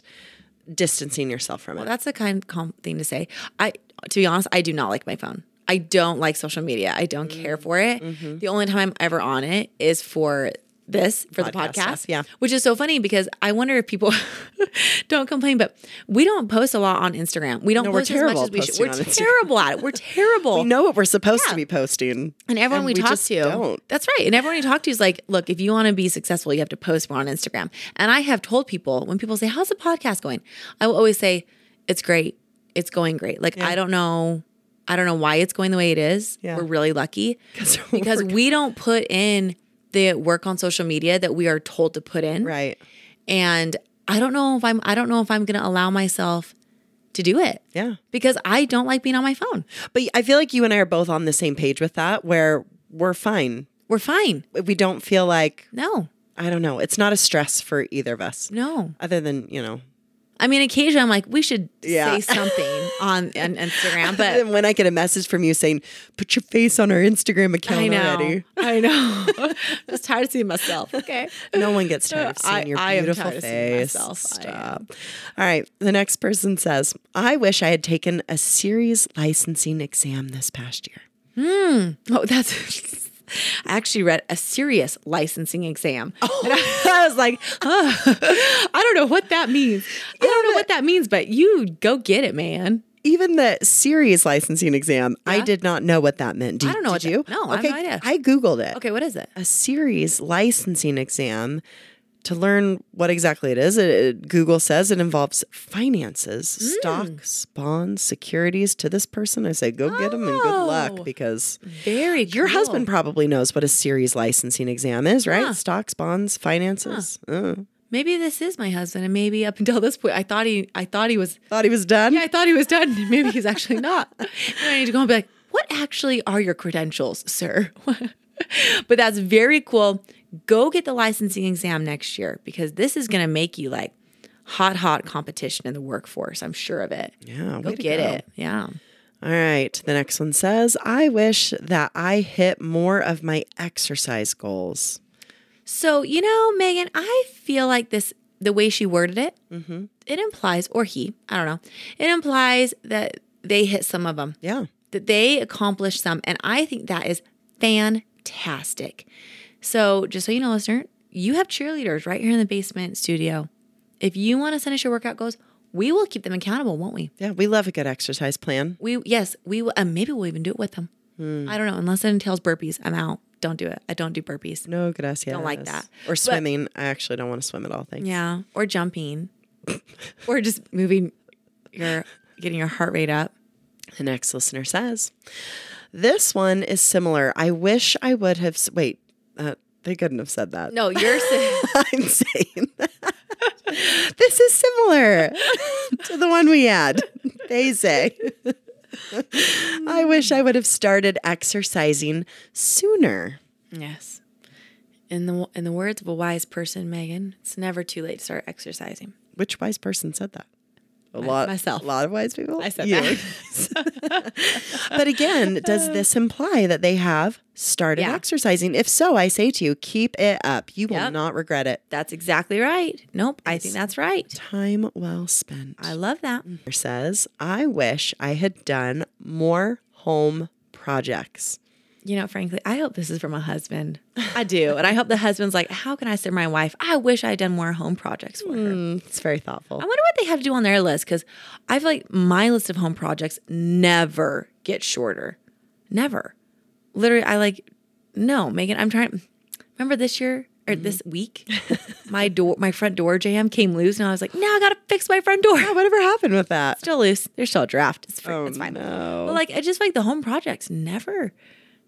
distancing yourself from it.
That's a kind calm thing to say. I, to be honest, I do not like my phone. I don't like social media. I don't
Mm.
care for it.
Mm-hmm.
The only time I'm ever on it is for this for the
Podcast
podcast.
stuff, yeah.
which is so funny because I wonder if people (laughs) don't complain, but we don't post a lot on Instagram. We don't
we're
post as much
terrible
as we should.
posting
We're
on Instagram.
terrible at it.
(laughs)
We're terrible.
know what we're supposed to be posting,
And everyone we, talk
just
to,
don't.
that's right. And everyone you talk to is like, look, if you want to be successful, you have to post more on Instagram. And I have told people when people say, "How's the podcast going?" I will always say, "It's great. It's going great." Like I don't know, I don't know why it's going the way it is.
Yeah.
We're
(laughs)
really lucky because
we're-
we don't put in the work on social media that we are told to put in.
right?
And I don't know if I'm. I don't know if I'm going to allow myself to do it.
Yeah.
Because I don't like being on my phone.
But I feel like you and I are both on the same page with that, where we're fine.
We're fine.
We don't feel like
No.
I don't know. It's not a stress for either of us,
No.
other than you know.
I mean, occasionally I'm like, we should
Yeah.
say something on, on Instagram, (laughs)
But
but
when I get a message from you saying, "Put your face on our Instagram account
I know,
already,"
I know. (laughs) I'm just tired of seeing myself. Okay.
No one gets tired of seeing
I-
your
I am
beautiful
tired of seeing
face.
myself. I
Stop. All right. The next person says, I wish I had taken a series licensing exam this past year.
Oh, that's. I actually read a serious licensing exam, and I, (laughs) I was like, huh, (laughs) I don't know what that means. I don't know what that means, but you go get it, man.
Even the series licensing exam, I did not know what that meant. Did,
I don't know
did
what that-
you?
no, I have
okay,
no idea.
I Googled it.
Okay, what is it?
A series licensing exam to learn what exactly it is. It, it- Google says it involves finances,
Hmm.
stocks, bonds, securities to this person. I say, go get 'em get them and good
Oh.
luck because
Very.
Your husband probably knows what a series licensing exam is, right? Stocks, bonds, finances. Uh,
Maybe this is my husband, and maybe up until this point, I thought he, I thought he was
thought he was done.
Yeah, I thought he was done. Maybe he's actually not.
(laughs)
And I need to go and be like, what actually are your credentials, sir? (laughs) but that's very cool. Go get the licensing exam next year because this is going to make you like hot, hot competition in the workforce. I'm sure of it.
Yeah,
Go
way to
get
go.
it. Yeah.
All right. The next one says, I wish that I hit more of my exercise goals.
So, you know, Megan, I feel like this, the way she worded it,
Mm-hmm.
it implies, or he, I don't know, it implies that they hit some of them.
Yeah.
that they accomplished some. And I think that is fantastic. So, just so you know, listener, you have cheerleaders right here in the basement studio. If you want to send us your workout goals, we will keep them accountable, won't we?
Yeah. We love a good exercise plan.
uh, Hmm. We, yes, we will. And maybe we'll even do it with them. I don't know. Unless it entails burpees, I'm out. Don't do it. I don't do burpees.
No, gracias.
Don't like that.
Or
But-
swimming. I actually don't want to swim at all. Thanks.
Yeah. Or jumping. (laughs) or just moving your getting your heart rate up.
The next listener says, This one is similar. I wish I would have. s- Wait, uh, they couldn't have said that.
No, you're (laughs) saying
(laughs) I'm saying that. this is similar to the one we had. They say, I wish I would have started exercising sooner.
Yes. In the in the words of a wise person, Megan, it's never too late to start exercising.
Which wise person said that? A lot,
myself.
A lot of wise people.
I said
You.
that.
(laughs) but again,
(laughs)
does this imply that they have started
Yeah.
exercising? If so, I say to you, keep it up. You will
Yep.
not regret it.
(laughs) That's exactly right. Nope, I think that's right.
Time well spent.
I love that.
says, I wish I had done more home projects.
You know, frankly, I hope this is from a husband. I do. And I hope the husband's like, how can I send my wife? I wish I'd done more home projects for her.
Mm, it's very thoughtful.
I wonder what they have to do on their list because I feel like my list of home projects never get shorter. Never. Literally, I like, no, Megan, I'm trying. Remember this year or
Mm-hmm.
this week? (laughs) my door, my front door jam came loose and I was like, now I got to fix my
(laughs)
front door.
Yeah, whatever happened with that?
Still loose. There's still a draft. It's, fine.
Oh,
it's fine.
no.
But like, I just feel like the home projects never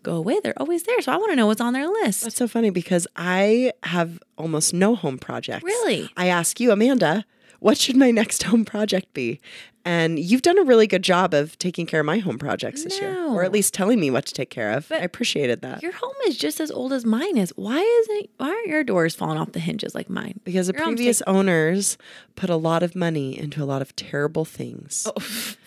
go away. They're always there. So I want to know what's on their list.
That's so funny because I have almost no home projects.
Really?
I ask you, Amanda, what should my next (laughs) home project be? And you've done a really good job of taking care of my home projects this year, or at
No.
least telling me what to take care of. I appreciated that
your home is just as old as mine is. Why isn't why aren't your doors falling off the hinges like mine?
because the
your home's
previous owners put a lot of money into a lot of terrible things, (laughs)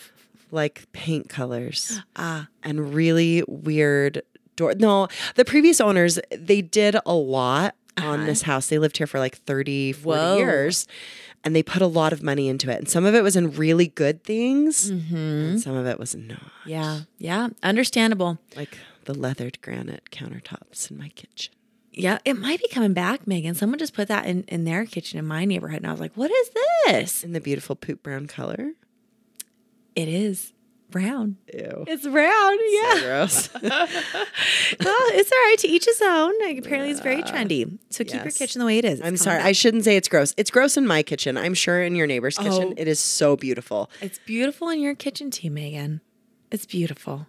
like paint colors.
Ah,
and really weird door. No, the previous owners, they did a lot on this house. They lived here for like 30, 40
Whoa.
years and they put a lot of money into it. And some of it was in really good things, and some of it was not.
yeah, yeah, understandable.
Like the leathered granite countertops in my kitchen.
Yeah, it might be coming back, Megan. Someone just put that in in their kitchen in my neighborhood, and I was like, "What is this?"
And the beautiful poop brown color.
It is brown.
(laughs) Ew.
It's brown. Yeah.
Gross.
(laughs) well, it's all right to each his own. Like, apparently, it's very trendy. So keep your
Yes.
kitchen the way it is. It's
I'm
coming
sorry.
back.
I shouldn't say it's gross. It's gross in my kitchen. I'm sure in your neighbor's kitchen,
Oh.
it is so beautiful.
It's beautiful in your kitchen too, Megan. It's beautiful.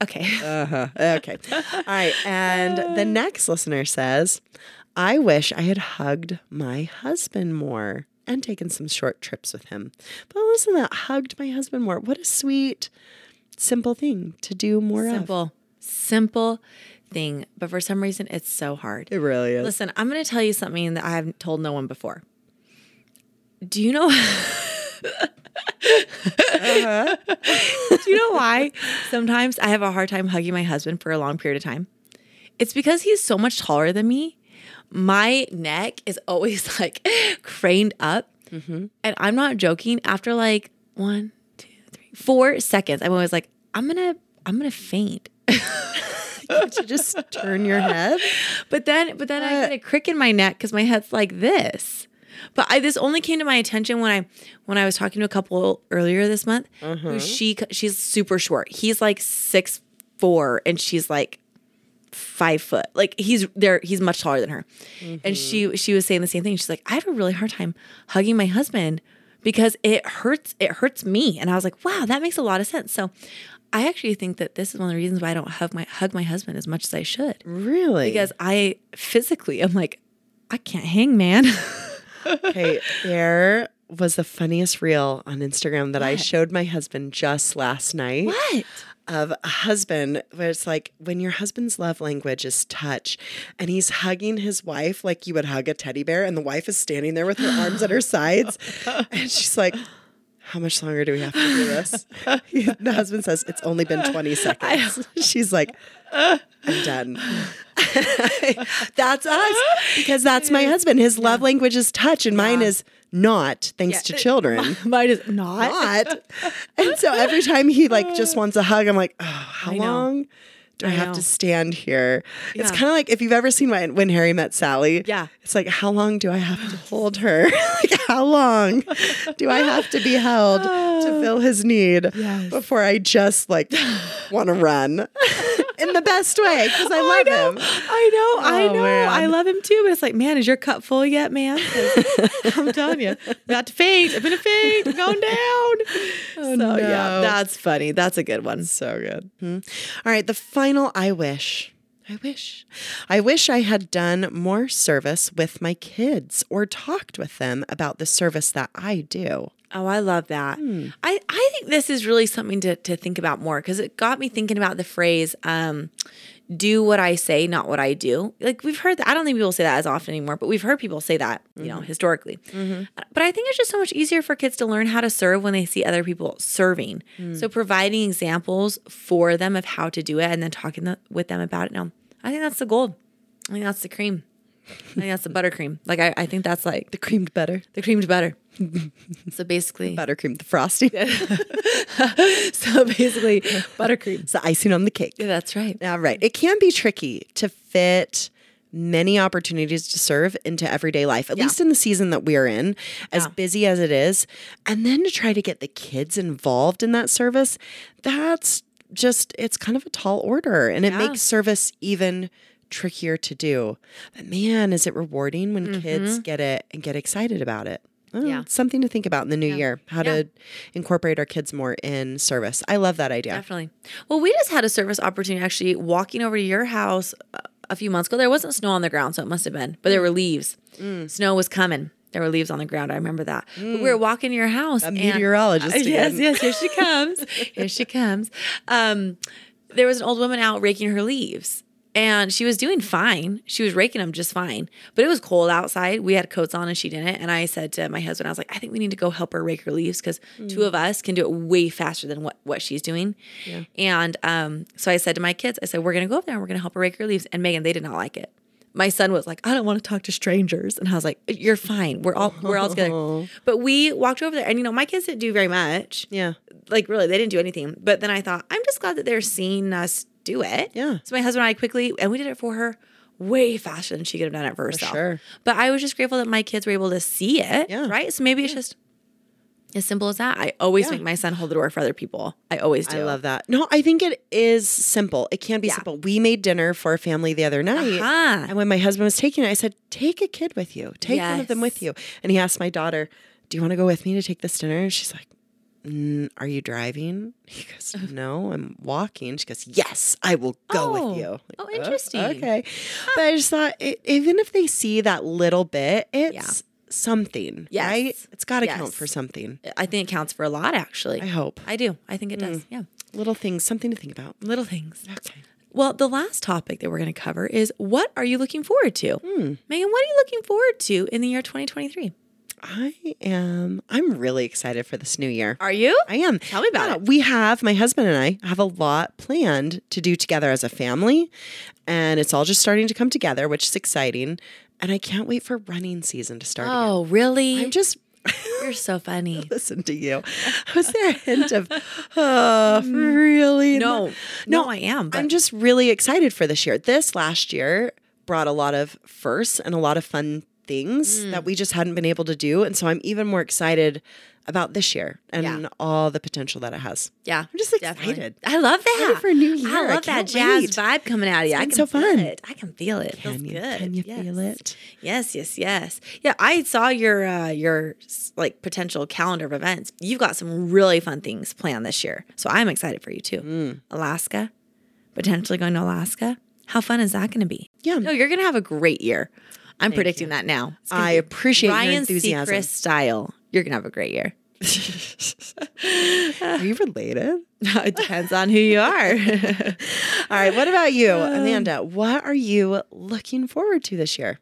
Okay.
Uh, Uh-huh.
(laughs)
Okay. All right. And
Uh.
the next listener says, I wish I had hugged my husband more and taken some short trips with him. But listen to that hugged my husband more. What a sweet, simple thing to do more of.
simple, simple thing. But for some reason, it's so hard.
It really is.
Listen, I'm going to tell you something that I haven't told no one before. Do you know? (laughs) Do you know why? Sometimes I have a hard time hugging my husband for a long period of time. It's because he's so much taller than me. My neck is always (laughs) like craned up. And I'm not joking. After like one, two, three, four seconds, I'm always like, I'm going to, I'm going to faint.
Can't you (laughs) just turn your head?
But then, but then I get a crick in my neck because my head's like this. But I, this only came to my attention when I when I was talking to a couple earlier this month. Who she she's super short. He's like six four, and she's like five foot. Like he's there. He's much taller than her. And she she was saying the same thing. She's like, I have a really hard time hugging my husband because it hurts. It hurts me. And I was like, wow, that makes a lot of sense. So. I actually think that this is one of the reasons why I don't hug my hug my husband as much as I should
Really?
because (laughs) I physically I'm like I can't hang, man. (laughs)
okay, there was the funniest reel on Instagram that I showed my husband just last night.
what?
of a husband where it's like when your husband's love language is touch and he's hugging his wife like you would hug a teddy bear and the wife is standing there with her arms at her sides and she's like how much longer do we have to do this He- the husband says it's only been 20 seconds (laughs) she's like i'm done (laughs) that's us because that's my husband his love language is touch and mine is not thanks to children
Mine is not.
not. And so every time he like
(laughs)
just wants a hug, I'm like, oh, how
know.
long do I,
I
have
know.
to stand here? It's
Yeah.
kind of like if you've ever seen when, when Harry met Sally.
Yeah.
It's like, how long do I have to hold her? (laughs) like, how long do I have to be held
(laughs)
to fill his need
Yes.
before I just like want to run? (laughs) In the the best way because I love him.
(laughs) Oh, I know, I know, I
Oh,
know.
man.
I love him too, but it's like, man, is your cup full yet,
(laughs)
man? 'Cause I'm telling you, about to faint. I'm gonna faint. I'm going down. so yeah,
Oh, no.
that's funny. That's a good one.
So good. All right, the final I wish. I wish. I wish I had done more service with my kids or talked with them about the service that I do.
Oh, I love that. I, I think this is really something to, to think about more because it got me thinking about the phrase, um, do what I say, not what I do. Like we've heard that. I don't think people say that as often anymore, but we've heard people say that, you know, historically. Uh, But I think it's just so much easier for kids to learn how to serve when they see other people serving. So providing examples for them of how to do it and then talking th- with them about it. No, I think that's the gold. I think that's the cream. I think that's the buttercream. Like I, I think that's like
The creamed butter,
the creamed butter. so basically,
buttercream, the frosting.
(laughs) so basically, buttercream.
It's the icing on the cake.
Yeah, that's right.
All right. It can be tricky to fit many opportunities to serve into everyday life, at
Yeah.
least in the season that we're in, as
Yeah.
busy as it is. And then to try to get the kids involved in that service, that's just, it's kind of a tall order and it
Yeah.
makes service even trickier to do. But man, is it rewarding when kids get it and get excited about it. Oh,
Mm-hmm. Yeah.
it's Something to think about in the new year, how
Yeah.
to incorporate our kids more in service. I love that idea.
Definitely. Well, we just had a service opportunity actually walking over to your house uh, a few months ago. There wasn't snow on the ground, so it must have been, but there were leaves. Snow was coming. There were leaves on the ground. I remember that. But we were walking to your house. Mm. A
meteorologist
(laughs) yes,
again.
yes. Here she comes. here she comes. Um, there was an old woman out raking her leaves. And she was doing fine. She was raking them just fine. But it was cold outside. We had coats on and she didn't. And I said to my husband, I was like, I think we need to go help her rake her leaves because two of us can do it way faster than what, what she's doing. And um, so I said to my kids, I said, we're going to go up there and we're going to help her rake her leaves. And Megan, they did not like it. My son was like, I don't want to talk to strangers. And I was like, you're fine. We're all, we're all together. But we walked over there and, you know, my kids didn't do very much
Yeah.
like really they didn't do anything but then i thought i'm just glad that they're seeing us do it
Yeah.
so my husband and i quickly and we did it for her way faster than she could have done it for herself
sure.
but i was just grateful that my kids were able to see it
Yeah.
right so maybe it's just as simple as that i always
Yeah.
make my son hold the door for other people i always do
I love that. No, I think it is simple. It can be
Yeah.
simple. We made dinner for a family the other night.
Uh-huh.
And when my husband was taking it, I said, Take a kid with you. Take one of them with you. And he asked my daughter, Do you want to go with me to take this dinner? And she's like, "Mm, Are you driving? (laughs) He goes, No, I'm walking. She goes, Yes, I will go
Oh.
with you. Like,
Oh, interesting.
okay. But I just thought, it, even if they see that little bit, it's something.
Yes.
Right? It's got to
Yes.
count for something.
i think it counts for a lot actually
I Mm. hope.
i do i think it does yeah
Little things, something to think about.
little things
Okay.
Well, the last topic that we're going to cover is what are you looking forward to?
Hmm.
Megan, what are you looking forward to in the year 2023?
I am. I'm really excited for this new year.
Are you?
I am.
Tell me about
Yeah,
it.
We have my husband and I have a lot planned to do together as a family, and it's all just starting to come together, which is exciting. And I can't wait for running season to start. again.
Oh, really?
I'm just (laughs)
You're so funny.
listen to
(laughs)
you. Was there a hint of oh, really?
Mm. No, no, I am. But
I'm just really excited for this year. This last year brought a lot of firsts and a lot of fun things
Mm.
that we just hadn't been able to do. And so I'm even more excited about this year and
Yeah.
all the potential that it has.
yeah,
I'm just
definitely.
excited.
I love that
Ready for a new
I
year. I
love that
can't
jazz
wait.
vibe coming out of you. I
been
can
so fun.
feel it. I can feel it. Feels
Can you,
good.
can you feel
Yes. (laughs)
it?
Yes, yes, yes. Yeah, I saw your uh, your s- like potential calendar of events. You've got some really fun things planned this year, so I'm excited for you too. Alaska, potentially going to Alaska. How fun is that going to be?
Yeah.
No, you're going to have a great year. I'm predicting that now. It's gonna
I
be
appreciate your
Ryan
enthusiasm.
Seacrest style. You're going to have a great year.
Are you related?
(laughs) it depends on who you are. (laughs)
All right. What about you,
Uh.
Amanda? What are you looking forward to this year?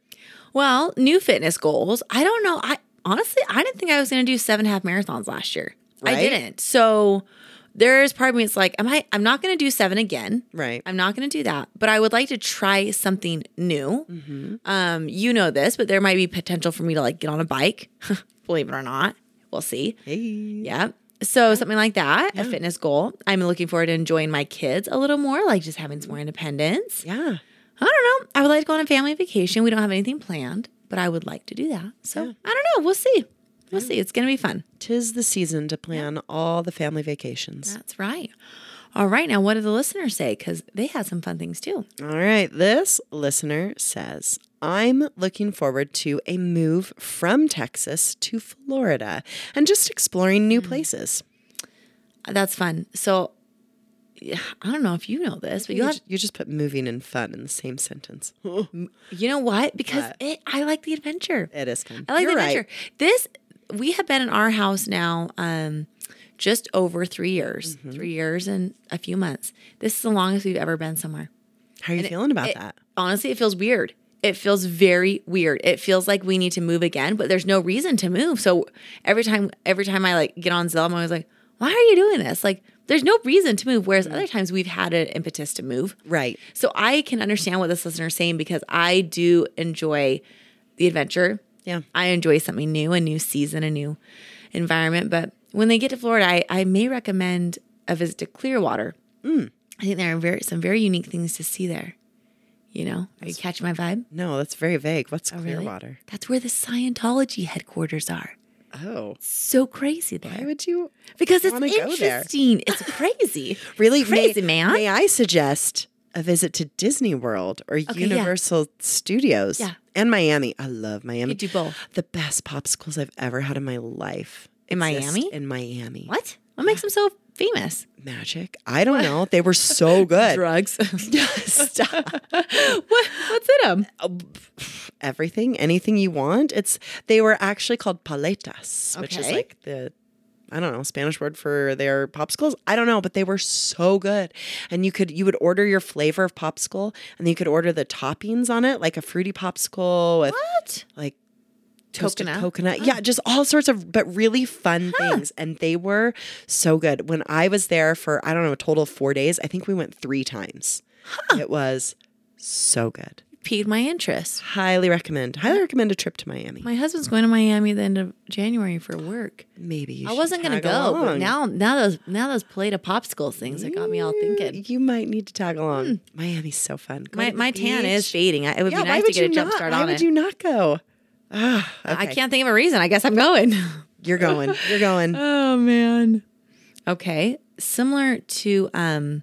Well, new fitness goals. I don't know. I honestly, I didn't think I was going to do seven and a half marathons last year. I
Right?
didn't. So there's part of me. It's like, am I? I'm not going to do seven again.
Right.
I'm not going to do that. But I would like to try something new.
Mm-hmm.
Um, you know this, but there might be potential for me to like get on a bike. (laughs) Believe it or not, we'll see.
Hey.
Yeah. So something like that, a fitness goal. I'm looking forward to enjoying my kids a little more, like just having some more independence.
Yeah.
I don't know. I would like to go on a family vacation. We don't have anything planned, but I would like to do that. So I don't know. We'll see. We'll see. It's going to be fun.
Tis the season to plan all the family vacations.
That's right. All right, now what do the listeners say? Because they had some fun things too.
All right. This listener says, I'm looking forward to a move from Texas to Florida and just exploring
Hmm.
new places.
That's fun. So yeah, I don't know if you know this, but
You,
you'll have
ju- you just put moving and fun in the same
(laughs)
sentence. it
you know what? Because it, I like the adventure.
is kind of.
I like
You're
the
right.
adventure. This we have been in our house now um just over three years.
Mm-hmm.
Three years and a few months. This is the longest we've ever been somewhere.
How are you feeling about
It-
that?
Honestly, it feels weird. It feels very weird. It feels like we need to move again, but there's no reason to move. So every time, every time I like get on Zillow, I'm always like, "Why are you doing this?" Like, there's no reason to move. Whereas other times we've had an impetus to move.
Right.
So I can understand what this listener is saying because I do enjoy the adventure.
Yeah.
I enjoy something new, a new season, a new environment. But when they get to Florida, I, I may recommend a visit to Clearwater.
Mm.
I think there are very, some very unique things to see there. You know, are you catching my vibe?
No, that's very vague. What's
Oh, Really?
Clearwater?
That's where the Scientology headquarters are.
Oh.
So crazy
Why
there.
would you
Because it's
wanna go there?
interesting.
(laughs)
It's crazy.
really
Crazy,
may,
man.
May I suggest a visit to Disney World or
yeah.
Universal Studios
Yeah.
and Miami? I love Miami.
You do both.
The best popsicles I've ever had in my life.
In
exist
Miami?
In Miami.
What? What makes them so famous?
Magic. I don't know. They were
(laughs)
so good. (laughs)
Drugs.
Stop.
what, what's in them?
Everything, anything you want. It's they were actually called paletas, which is
Okay.
like the I don't know, Spanish word for their popsicles. I don't know, but they were so good. And you could you would order your flavor of popsicle and you could order the toppings on it, like a fruity popsicle with
What?
like toasted
Coconut?
coconut. Yeah, just all sorts of but really fun things. And they were so good. When I was there for I don't know, a total of four days, I think we went three times. It was so good.
Piqued my interest.
Highly recommend. Highly recommend a trip to Miami.
My husband's going to Miami the end of January for work.
Maybe you
I wasn't
going
gonna
to
go, but now now those now those plate of popsicles things that got me all thinking.
You might need to tag along. Miami's so fun. Go
Hmm. My
to the
my tan is
beach.
fading. I, it would
Yeah,
be
why
nice to
would
get
you
a jump
not?
start
why
on
would
it.
you not
(laughs)
go?
I can't think of a reason. I guess I'm going. (laughs)
You're going. You're going.
Oh man. Okay. Similar to um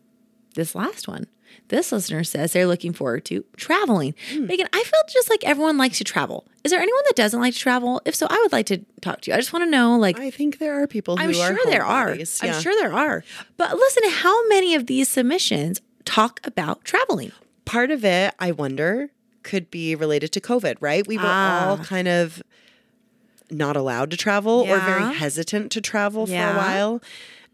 this last one. This listener says they're looking forward to traveling.
Hmm.
Megan, I feel just like everyone likes to travel. Is there anyone that doesn't like to travel? If so, I would like to talk to you. I just want to know like
I think there are people who
I'm
are
sure there are.
homebodies.
I'm
Yeah.
sure there are. But listen to how many of these submissions talk about traveling.
part of it, I wonder, could be related to COVID, right? We were all
Ah.
kind of not allowed to travel or
Yeah.
very hesitant to travel for
Yeah.
a while.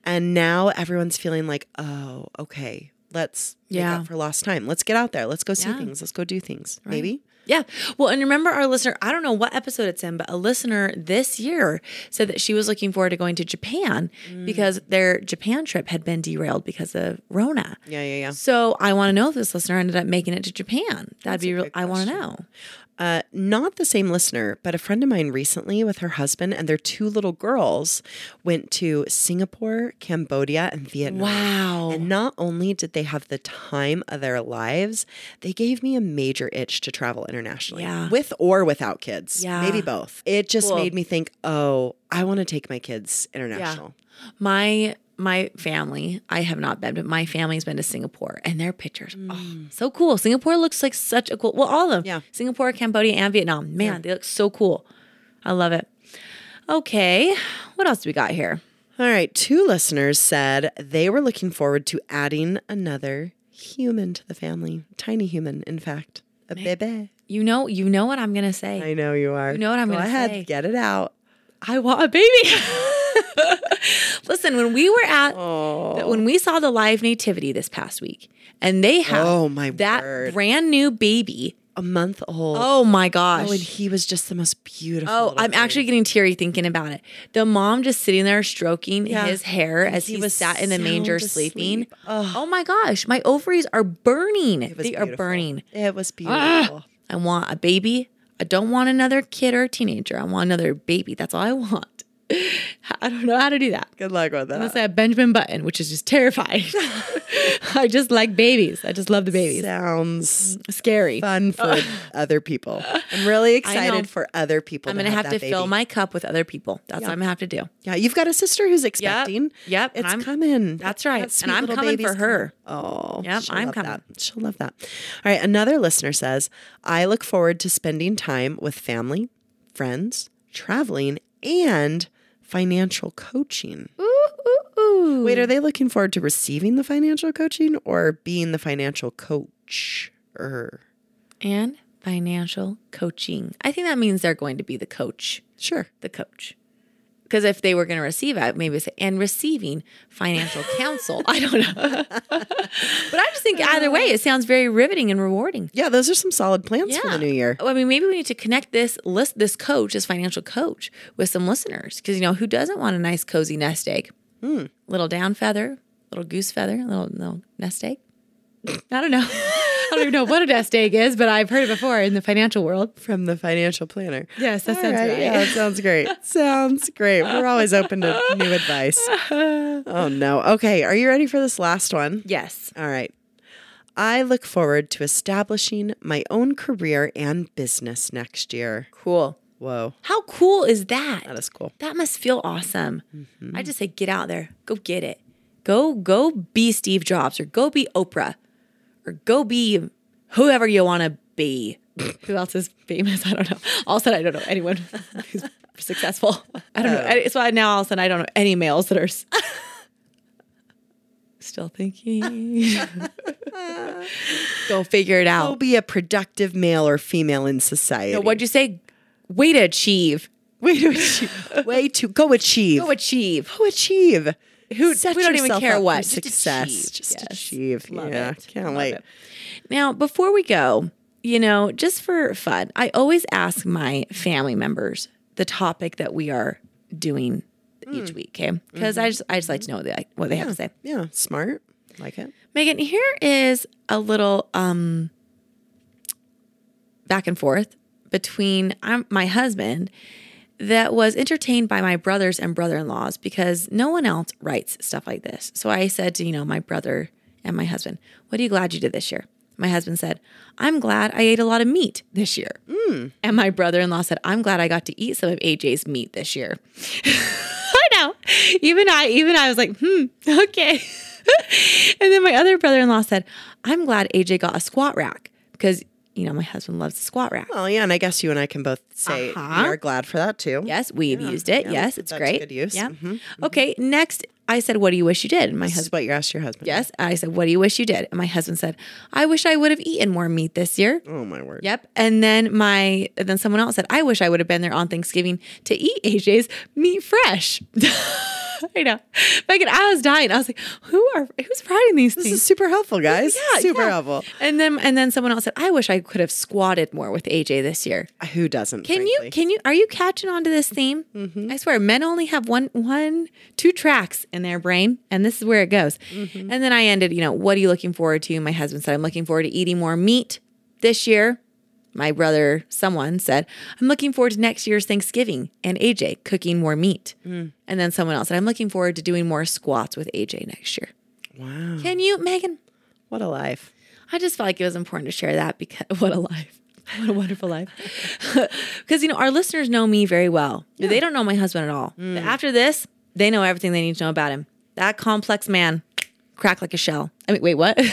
And now everyone's feeling like, oh, okay, let's
Yeah.
make up for lost time. Let's get out there. Let's go see
Yeah.
things. Let's go do things. Maybe.
Yeah. Well, and remember our listener, I don't know what episode it's in, but a listener this year said that she was looking forward to going to Japan because their Japan trip had been derailed because of Rona.
Yeah, yeah, yeah.
So I want to know if this listener ended up making it to Japan. That'd be real. I want to know.
uh, not the same listener, but a friend of mine recently with her husband and their two little girls went to Singapore, Cambodia, and Vietnam.
Wow.
And not only did they have the time of their lives, they gave me a major itch to travel internationally,
Yeah.
with or without kids.
Yeah.
Maybe both. It just
Cool.
made me think, oh, I want to take my kids international.
My my family, I have not been, but my family's been to Singapore and their pictures. Oh, so cool. Singapore looks like such a cool well, all of them.
Mm. Yeah.
Singapore, Cambodia, and Vietnam. Man, they look so cool. I love it. Okay. What else do we got here?
All right. Two listeners said they were looking forward to adding another human to the family, tiny human, in fact, a bebe.
You know, you know what I'm gonna say.
I know you are. You
know what I'm
Go
gonna
ahead,
say.
Get it out.
I want a baby. (laughs) Listen, when we were at
Oh.
when we saw the live nativity this past week, and they had
Oh, my
that
word.
brand new baby.
A month old.
Oh my gosh.
and he was just the most beautiful.
Oh,
little
I'm
thing.
actually getting teary thinking about it. The mom just sitting there stroking
Yeah.
his hair as
he
he,
was
sat in the manger
sound
sleeping.
asleep. Ugh.
Oh my gosh, my ovaries are burning. They
It was
are
beautiful.
burning.
It was beautiful.
I want (laughs) a baby. I don't want another kid or teenager. I want another baby. That's all I want. I don't know how to do that.
Good luck with
Unless
that.
I have Benjamin Button, which is just terrifying. (laughs) I just like babies. I just love the babies.
Sounds
Mm-hmm. Scary. (laughs)
fun for other people. I'm really
know.
excited for other people.
I'm gonna have,
that
to
baby.
fill my cup with other people. That's what I'm gonna have to do.
Yeah, you've got a sister who's expecting.
Yep. And
It's
I'm-
coming.
that's right.
That sweet
And I'm
little
coming for
baby's
her.
coming. Oh,
Yep,
she'll
I'm
love
coming.
that. She'll love that. All right. Another listener says, I look forward to spending time with family, friends, traveling, and financial coaching.
Ooh, ooh, ooh.
Wait, are they looking forward to receiving the financial coaching or being the financial coach? Or
and financial coaching. I think that means they're going to be the coach,
sure.
the coach. Because if they were going to receive it, maybe say, and receiving financial counsel. I don't know. (laughs) but I just think either way, it sounds very riveting and rewarding.
Yeah, those are some solid plans for the new year.
I mean, maybe we need to connect this list, this coach, this financial coach, with some listeners because you know who doesn't want a nice cozy nest egg? Little down feather, little goose feather, little little nest egg. I don't know. (laughs) I don't even know what a nest egg is, but I've heard it before in the financial world.
From the financial planner.
Yes, that
All
sounds right.
Yeah, that sounds great. (laughs) sounds great. We're always open to new advice. (laughs) Oh no. Okay, are you ready for this last one?
Yes.
All right. I look forward to establishing my own career and business next year.
Cool.
Whoa,
How cool is that?
that is cool.
That must feel awesome. I just say, get out there, go get it, go go be Steve Jobs or go be Oprah or go be whoever you want to be. (laughs) Who else is famous? I don't know. All of a sudden, I don't know anyone (laughs) who's successful. I don't know. I- So I- now all of a sudden, I don't know any males that are. s- Still thinking. go figure it
I'll
out.
be a productive male or female in society.
What'd you say? Way to achieve.
way to achieve, (laughs) way to go achieve.
Go achieve.
Go achieve.
Who
Set
we don't even
yourself up
care
for
what just
success.
achieve.
Just
Yes.
achieve.
Love
yeah,
it.
can't
Love
wait.
it. Now, before we go, you know, just for fun, I always ask my family members the topic that we are doing each week, okay? Because I just I just like to know what they like, what they have to say.
Yeah, smart. Like it.
Megan, here is a little um back and forth between um, my husband that was entertained by my brothers and brother-in-laws because no one else writes stuff like this. So I said to, you know, my brother and my husband, "What are you glad you did this year?" My husband said, "I'm glad I ate a lot of meat this year." And my brother-in-law said, "I'm glad I got to eat some of AJ's meat this year." (laughs) I know. Even I, even I was like, hmm, okay. (laughs) and then my other brother-in-law said, I'm glad AJ got a squat rack because you know my husband loves the squat rack.
Well, yeah, and I guess you and I can both say
Uh-huh.
we are glad for that too.
Yes, we've used it. yes, it's
that's
great.
good use. Mm-hmm,
Yeah. Okay. Next, I said, "What do you wish you did?" And my
This
husband,
is what you asked your husband.
yes. I said, "What do you wish you did?" And my husband said, "I wish I would have eaten more meat this year."
Oh my word.
Yep. And then my and then someone else said, I wish I would have been there on Thanksgiving to eat AJ's meat fresh. (laughs) I know. Megan, I was dying. I was like, who are who's writing these
This
things?
is super helpful, guys. super
yeah.
helpful.
And then and then someone else said, I wish I could have squatted more with AJ this year.
Who doesn't?
Can you can you are you catching on to this theme?
Mm-hmm.
I swear, men only have one one two tracks in their brain, and this is where it goes.
Mm-hmm.
And then I ended, you know, what are you looking forward to? My husband said, I'm looking forward to eating more meat this year. My brother, someone said, I'm looking forward to next year's Thanksgiving and AJ cooking more meat.
Mm.
And then someone else said, I'm looking forward to doing more squats with AJ next year.
Wow.
Can you, Megan?
What a life. (laughs)
I just felt like it was important to share that because (laughs) what a life. What a wonderful life. (laughs) Because, you know, our listeners know me very well. but They don't know my husband at all.
Mm.
But after this, they know everything they need to know about him. That complex man, crack like a shell. I mean, wait, what? (laughs)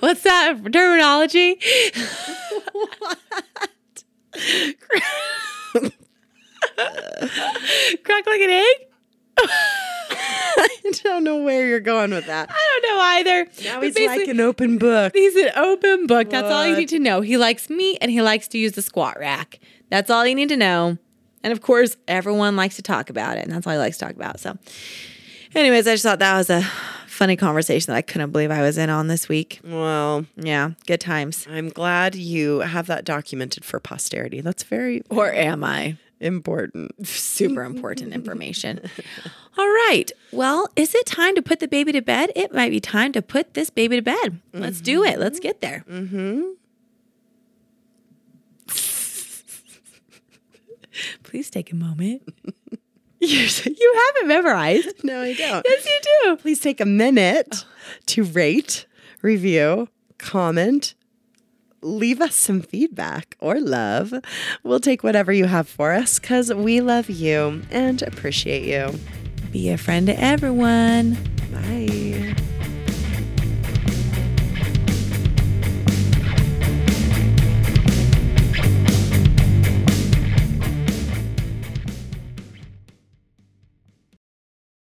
What's that
(laughs)
terminology? (laughs) crack like an egg?
I don't know where you're going with that.
I don't know either.
Now
But
he's
basically-
like an open book.
He's an open book. That's all you
What?
need to know. He likes meat and he likes to use the squat rack. That's all you need to know. And of course, everyone likes to talk about it, and that's all he likes to talk about. So, anyways, I just thought that was a funny conversation that I couldn't believe I was in on this week.
Well,
Yeah, good times.
I'm glad you have that documented for posterity. That's very
Or am I?
important.
Super important information. All right. Well, is it time to put the baby to bed? It might be time to put this baby to bed. Let's do it. Let's Mm-hmm. get there. (laughs) please take a moment. (laughs) You're so- you haven't memorized.
No, I don't.
Yes, you do.
Please take a minute to rate, review, comment, leave us some feedback or love. We'll take whatever you have for us because we love you and appreciate you.
Be a friend to everyone.
Bye.